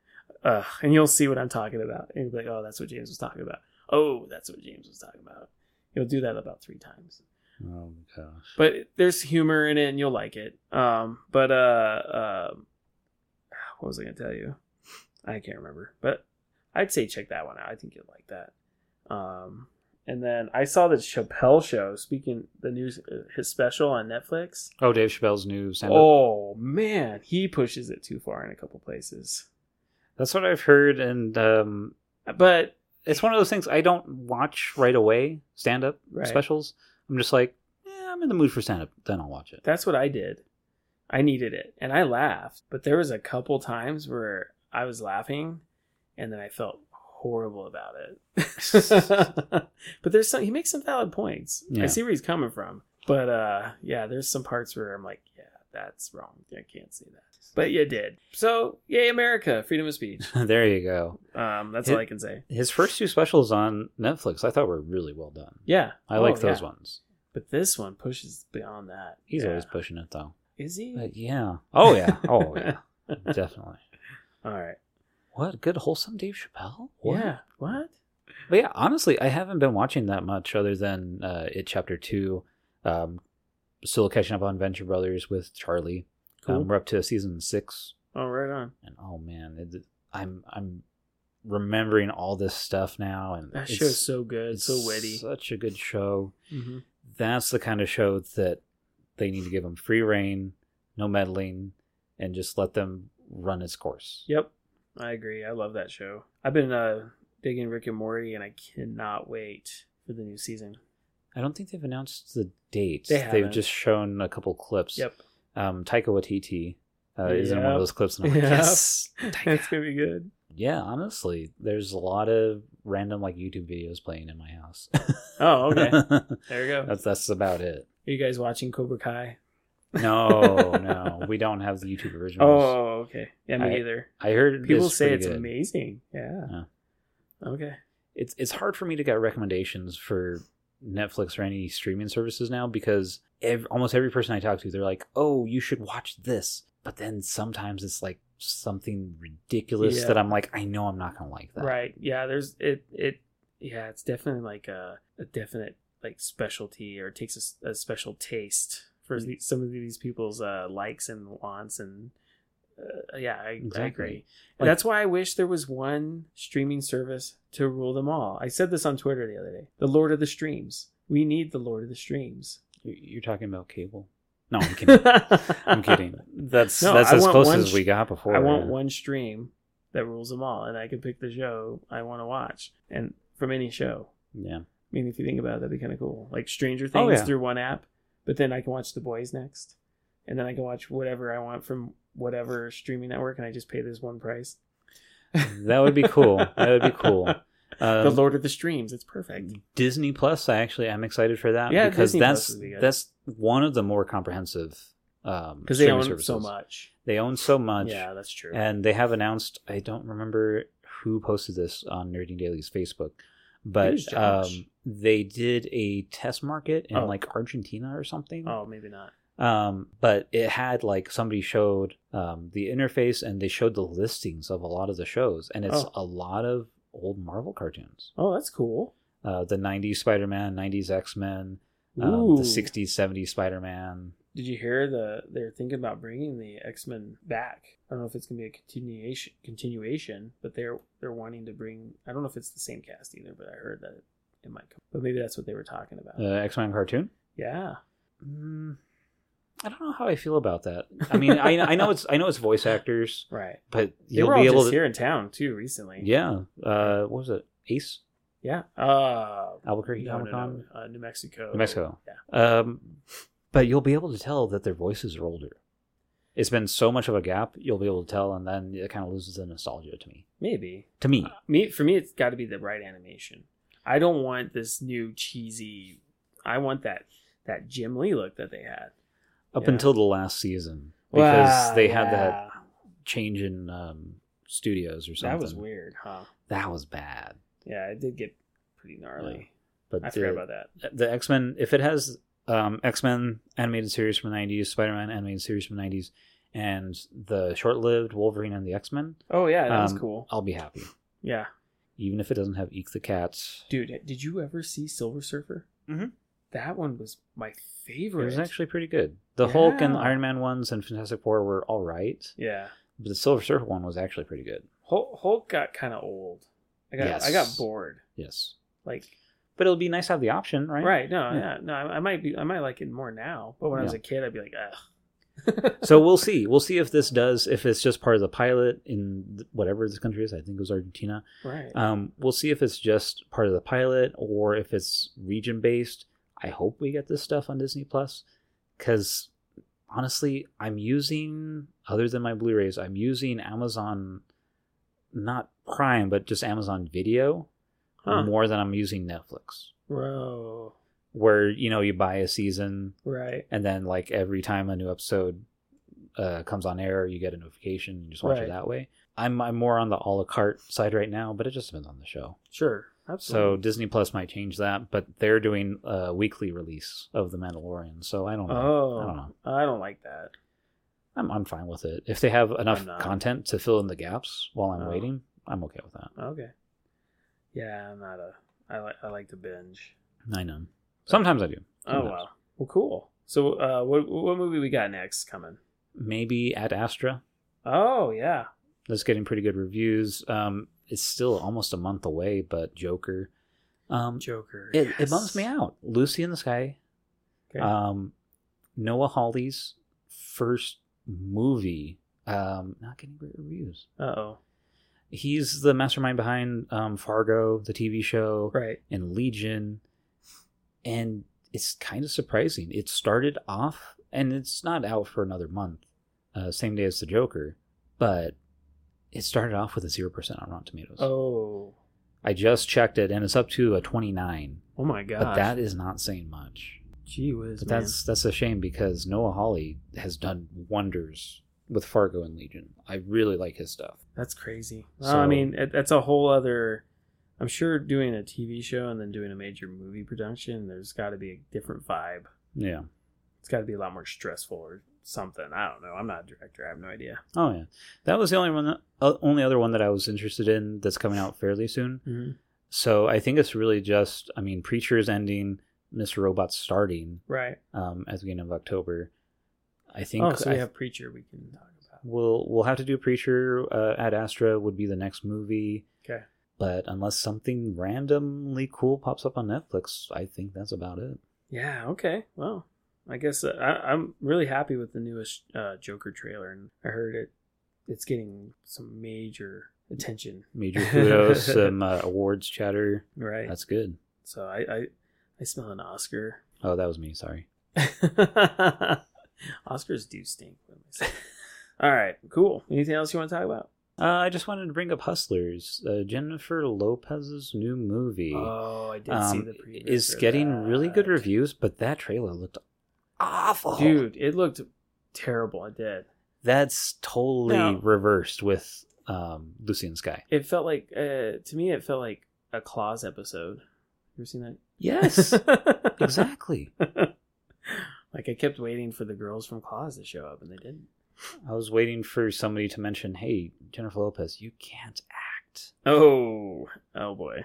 Speaker 1: Ugh, and you'll see what I'm talking about. And you'll be like, oh, that's what James was talking about. Oh, that's what James was talking about. You'll do that about three times.
Speaker 2: Oh my gosh.
Speaker 1: But there's humor in it and you'll like it. Um, but, uh, um what was I going to tell you? I can't remember. But I'd say check that one out. I think you'll like that. Um, and then I saw the Chappelle show, speaking the news, uh, his special on Netflix.
Speaker 2: Oh, Dave Chappelle's new stand-up.
Speaker 1: Oh man, he pushes it too far in a couple places.
Speaker 2: That's what I've heard, and um,
Speaker 1: But
Speaker 2: it's one of those things I don't watch right away. Stand-up
Speaker 1: Right.
Speaker 2: specials. I'm just like, eh, I'm in the mood for stand-up, then I'll watch it. *laughs*
Speaker 1: that's what I did. I needed it, and I laughed. But there was a couple times where I was laughing, and then I felt horrible about
Speaker 2: *laughs*
Speaker 1: it. but there's some. He makes some valid points. I
Speaker 2: Yeah.
Speaker 1: see where he's coming from. But uh, yeah, there's some parts where I'm like, yeah, that's wrong. I can't say that. But you did. So yay, America, freedom of speech.
Speaker 2: there you go.
Speaker 1: Um, that's
Speaker 2: Hit-
Speaker 1: all I can say.
Speaker 2: His first two specials on Netflix, I thought were really well done.
Speaker 1: Yeah,
Speaker 2: I
Speaker 1: Oh,
Speaker 2: like those
Speaker 1: yeah.
Speaker 2: ones.
Speaker 1: But this one pushes beyond that.
Speaker 2: He's
Speaker 1: Yeah.
Speaker 2: always pushing it though.
Speaker 1: is he?
Speaker 2: But yeah. Oh yeah.
Speaker 1: *laughs*
Speaker 2: Oh yeah. Definitely.
Speaker 1: All right.
Speaker 2: What good wholesome Dave Chappelle? What?
Speaker 1: Yeah. What?
Speaker 2: But yeah, honestly, I haven't been watching that much other than uh, it chapter two. Um, still catching up on Venture Brothers with Charlie.
Speaker 1: Cool.
Speaker 2: Um, we're up to season six,
Speaker 1: oh, right on.
Speaker 2: and oh man, it, I'm I'm remembering all this stuff now, and
Speaker 1: That
Speaker 2: it's-
Speaker 1: show's so good,
Speaker 2: it's
Speaker 1: so witty.
Speaker 2: such a good show.
Speaker 1: Mhm.
Speaker 2: That's the kind of show that they need to give them free reign, no meddling, and just let them run its course.
Speaker 1: Yep, I agree. I love that show. I've been uh, digging Rick and Morty, and I cannot wait for the new season.
Speaker 2: I don't think they've announced the date.
Speaker 1: They
Speaker 2: have
Speaker 1: haven't.
Speaker 2: just shown a couple clips. *laughs*
Speaker 1: Yep,
Speaker 2: um, Taika Waititi uh, is in one
Speaker 1: Yep.
Speaker 2: of those clips, and I'm like,
Speaker 1: Yep.
Speaker 2: yes,
Speaker 1: *laughs* that's
Speaker 2: Taika.
Speaker 1: gonna be good.
Speaker 2: yeah. Honestly, there's a lot of random like YouTube videos playing in my house.
Speaker 1: Oh,
Speaker 2: *laughs*
Speaker 1: okay. There you go.
Speaker 2: that's that's about it.
Speaker 1: Are you guys watching Cobra Kai?
Speaker 2: *laughs* No, no, we don't have the YouTube originals.
Speaker 1: Oh, okay. Yeah, me
Speaker 2: I-
Speaker 1: either.
Speaker 2: I heard
Speaker 1: People
Speaker 2: it's
Speaker 1: say
Speaker 2: pretty
Speaker 1: it's
Speaker 2: good.
Speaker 1: amazing. Yeah.
Speaker 2: Yeah.
Speaker 1: Okay.
Speaker 2: It's it's hard for me to get recommendations for Netflix or any streaming services now because ev- almost every person I talk to, they're like, "Oh, you should watch this," but then sometimes it's like something ridiculous
Speaker 1: Yeah.
Speaker 2: that I'm like, "I know I'm not gonna like that."
Speaker 1: Right. Yeah. There's it. It. Yeah. It's definitely like a, a definite like specialty, or it takes a s- a, special taste
Speaker 2: Mm.
Speaker 1: for the, some of these people's uh, likes and wants, and uh, yeah, I, I
Speaker 2: Exactly.
Speaker 1: agree.
Speaker 2: Like-
Speaker 1: That's why I wish there was one streaming service to rule them all. I said this on Twitter the other day. The Lord of the Streams. We need the Lord of the Streams.
Speaker 2: You're you're talking about cable? No, *laughs* I'm kidding.
Speaker 1: *laughs*
Speaker 2: I'm kidding. That's
Speaker 1: No,
Speaker 2: that's
Speaker 1: I
Speaker 2: as
Speaker 1: want
Speaker 2: close
Speaker 1: one
Speaker 2: as we got before.
Speaker 1: I want
Speaker 2: yeah.
Speaker 1: one stream that rules them all, and I can pick the show I want to watch, and from any show.
Speaker 2: Yeah.
Speaker 1: I mean, if you think about it, that'd be kind of cool. Like Stranger Things
Speaker 2: Oh, yeah.
Speaker 1: through one app, but then I can watch The Boys next, and then I can watch whatever I want from whatever streaming network, and I just pay this one price.
Speaker 2: That would be
Speaker 1: *laughs*
Speaker 2: cool. That would be cool.
Speaker 1: the
Speaker 2: Um, Mm,
Speaker 1: Lord of the Streams, it's perfect.
Speaker 2: Disney Plus, I actually am excited for that
Speaker 1: Yeah,
Speaker 2: because
Speaker 1: Disney Plus
Speaker 2: that's
Speaker 1: would be good.
Speaker 2: that's one of the more comprehensive um
Speaker 1: Because they
Speaker 2: streaming
Speaker 1: own
Speaker 2: services.
Speaker 1: so much.
Speaker 2: They own so much.
Speaker 1: Yeah, that's true.
Speaker 2: And they have announced I don't remember who posted this on Nerding Daily's Facebook, but
Speaker 1: was Josh.
Speaker 2: um they did a test market in
Speaker 1: Oh.
Speaker 2: like Argentina or something.
Speaker 1: oh, maybe not.
Speaker 2: um but it had like somebody showed um the interface and they showed the listings of a lot of the shows and it's
Speaker 1: Oh.
Speaker 2: a lot of old marvel cartoons
Speaker 1: Oh, that's cool.
Speaker 2: uh the 90s spider-man 90s x-men um,
Speaker 1: Ooh.
Speaker 2: the 60s 70s spider-man
Speaker 1: Did you hear the they're thinking about bringing the X Men back? I don't know if it's gonna be a continuation, continuation, but they're they're wanting to bring. I don't know if it's the same cast either, but I heard that it might come. But maybe that's what they were talking about.
Speaker 2: the x-men cartoon
Speaker 1: yeah,
Speaker 2: mm, i don't know how i feel about that i mean I, I know it's i know it's voice actors
Speaker 1: right.
Speaker 2: but
Speaker 1: They
Speaker 2: you'll
Speaker 1: were all
Speaker 2: be able
Speaker 1: just
Speaker 2: to
Speaker 1: here in town too recently.
Speaker 2: yeah uh what was it ace
Speaker 1: yeah. Uh,
Speaker 2: albuquerque
Speaker 1: no, no,
Speaker 2: comic con
Speaker 1: no, uh, New Mexico.
Speaker 2: New Mexico.
Speaker 1: Yeah.
Speaker 2: Um, but you'll be able to tell that their voices are older. It's been so much of a gap, you'll be able to tell, and then it kind of loses the nostalgia to me.
Speaker 1: Maybe
Speaker 2: To me,
Speaker 1: me for me it's got to be the right animation i don't want this new cheesy i want that that jim lee look that they had
Speaker 2: up
Speaker 1: yeah.
Speaker 2: until the last season, because
Speaker 1: Wow,
Speaker 2: they had that
Speaker 1: yeah.
Speaker 2: change in um, studios or something.
Speaker 1: that was weird huh
Speaker 2: That was bad.
Speaker 1: yeah it did get pretty gnarly
Speaker 2: But
Speaker 1: i
Speaker 2: the,
Speaker 1: forgot about that
Speaker 2: the X Men, if it has um, X Men animated series from the 90s, Spider Man animated series from the 90s, and the short lived Wolverine and the X Men,
Speaker 1: Oh yeah, that was
Speaker 2: Um,
Speaker 1: cool.
Speaker 2: I'll be happy.
Speaker 1: Yeah,
Speaker 2: Even if it doesn't have Eek the Cat.
Speaker 1: dude, did you ever see Silver Surfer?
Speaker 2: Mhm.
Speaker 1: That one was my
Speaker 2: It
Speaker 1: favorite.
Speaker 2: was actually pretty good. The Hulk and
Speaker 1: Yeah.
Speaker 2: Iron Man ones and Fantastic Four were all right,
Speaker 1: yeah.
Speaker 2: but the Silver Surfer one was actually pretty good.
Speaker 1: Hulk, Hulk got kind of old. I got I got
Speaker 2: Yes.
Speaker 1: bored.
Speaker 2: Yes.
Speaker 1: Like
Speaker 2: But it'll be nice to have the option, right?
Speaker 1: right, no,
Speaker 2: Yeah.
Speaker 1: yeah, no, I, I might be I might like it more now, but when I was
Speaker 2: Yeah.
Speaker 1: a kid, I'd be like, ugh.
Speaker 2: *laughs* so we'll see. We'll see if this does, if it's just part of the pilot in th- whatever this country is. I think it was Argentina.
Speaker 1: Right.
Speaker 2: Um, we'll see if it's just part of the pilot or if it's region based. I hope we get this stuff on Disney Plus because honestly, I'm using, other than my Blu rays, I'm using Amazon, not Prime, but just Amazon Video
Speaker 1: Huh.
Speaker 2: more than I'm using Netflix,
Speaker 1: Bro.
Speaker 2: where, you know, you buy a season
Speaker 1: Right.
Speaker 2: and then like every time a new episode uh, comes on air, you get a notification. You just watch
Speaker 1: Right.
Speaker 2: it that way. I'm I'm more on the a la carte side right now, but it just depends on the show.
Speaker 1: Sure.
Speaker 2: So
Speaker 1: Absolutely.
Speaker 2: Disney Plus might change that, but they're doing a weekly release of The Mandalorian, so I don't know.
Speaker 1: oh,
Speaker 2: I don't know.
Speaker 1: I don't like that.
Speaker 2: I'm I'm fine with it. If they have enough
Speaker 1: I'm not.
Speaker 2: content to fill in the gaps while I'm
Speaker 1: Oh.
Speaker 2: waiting, I'm okay with that.
Speaker 1: Okay. Yeah, I'm not a. I like I like to binge.
Speaker 2: I know. Sometimes I do.
Speaker 1: Oh
Speaker 2: Sometimes.
Speaker 1: wow. Well, cool. So, uh, what what movie we got next coming?
Speaker 2: Maybe at Astra.
Speaker 1: Oh yeah.
Speaker 2: that's getting pretty good reviews. Um, it's still almost a month away, but Joker. Um,
Speaker 1: Joker.
Speaker 2: it, it
Speaker 1: yes.
Speaker 2: bums me out. Lucy in the Sky.
Speaker 1: Okay.
Speaker 2: Um, Noah Hawley's first movie. Um, not getting great reviews.
Speaker 1: Uh oh.
Speaker 2: He's the mastermind behind um, Fargo, the TV show,
Speaker 1: Right.
Speaker 2: and Legion. And it's kind of surprising. It started off, and it's not out for another month, uh, same day as The Joker, but it started off with a 0% on Rotten Tomatoes.
Speaker 1: Oh.
Speaker 2: I just checked it, and it's up to a 29,
Speaker 1: Oh my gosh.
Speaker 2: but that is not saying much.
Speaker 1: Gee whiz.
Speaker 2: But
Speaker 1: man.
Speaker 2: that's that's a shame because Noah Hawley has done wonders with Fargo and Legion. I really like his stuff.
Speaker 1: That's crazy.
Speaker 2: So-
Speaker 1: Well, I mean, it, that's a whole other. I'm sure doing a TV show and then doing a major movie production, there's got to be a different vibe.
Speaker 2: Yeah.
Speaker 1: It's got to be a lot more stressful or something. I don't know. I'm not a director. I have no idea.
Speaker 2: Oh yeah. That was the only one that, uh, only other one that I was interested in that's coming out fairly soon. So I think it's really just, I mean, Preacher's ending, Mr. Robot's starting
Speaker 1: Right.
Speaker 2: um, at the beginning of October. I think
Speaker 1: Oh, so
Speaker 2: I,
Speaker 1: we have Preacher we can talk about.
Speaker 2: we'll we'll have to do Preacher uh, at Astra would be the next movie.
Speaker 1: Okay.
Speaker 2: But unless something randomly cool pops up on Netflix, I think that's about it.
Speaker 1: Yeah. Okay. Well, I guess uh, I, I'm really happy with the newest uh, Joker trailer, and I heard it. It's getting some major attention. *laughs*
Speaker 2: Major kudos, some uh, awards chatter.
Speaker 1: Right.
Speaker 2: That's good.
Speaker 1: so I, I, I smell an Oscar. *laughs*
Speaker 2: Oh, that was me. Sorry.
Speaker 1: Oscars do stink. what am I *laughs* saying? All right, cool. Anything else you want to talk about?
Speaker 2: Uh, I just wanted to bring up Hustlers, uh, Jennifer Lopez's new movie.
Speaker 1: Oh, I did see
Speaker 2: um,
Speaker 1: the preview.
Speaker 2: is
Speaker 1: for
Speaker 2: getting
Speaker 1: that.
Speaker 2: really good reviews, but that trailer looked awful.
Speaker 1: Dude, it looked terrible. It did.
Speaker 2: that's totally
Speaker 1: No.
Speaker 2: reversed with um, Lucy and Sky.
Speaker 1: It felt like, uh, to me, it felt like a Claws episode. You ever seen that? *laughs*
Speaker 2: Yes, *laughs* exactly.
Speaker 1: like I kept waiting for the girls from Claws to show up, and they didn't.
Speaker 2: I was waiting for somebody to mention, "Hey, Jennifer Lopez, you can't
Speaker 1: *laughs*
Speaker 2: act.
Speaker 1: Oh, oh *laughs* boy.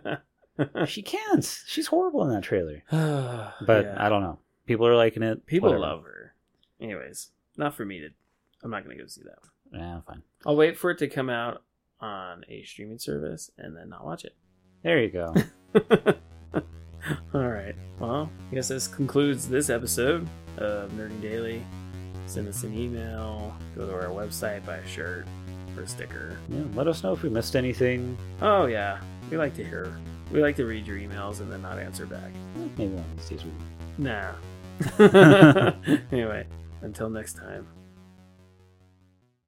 Speaker 1: *sighs*
Speaker 2: She can't. She's horrible in that trailer." But
Speaker 1: but
Speaker 2: I don't know. People are liking it.
Speaker 1: people
Speaker 2: Whatever.
Speaker 1: love her. Anyways, not for me to. I'm not gonna go see that. One.
Speaker 2: Yeah, fine.
Speaker 1: I'll wait for it to come out on a streaming service and then not watch it.
Speaker 2: There
Speaker 1: *laughs*
Speaker 2: you go.
Speaker 1: All right. Well, I guess this concludes this episode of Nerding Daily. Send us an email. Go to our website, buy a shirt or a sticker.
Speaker 2: yeah, let us know if we missed anything.
Speaker 1: Oh yeah, we like to hear. We like to read your emails and then not answer back.
Speaker 2: Eh,
Speaker 1: *laughs*
Speaker 2: Maybe one of these days we. will.
Speaker 1: Nah. anyway, until next time.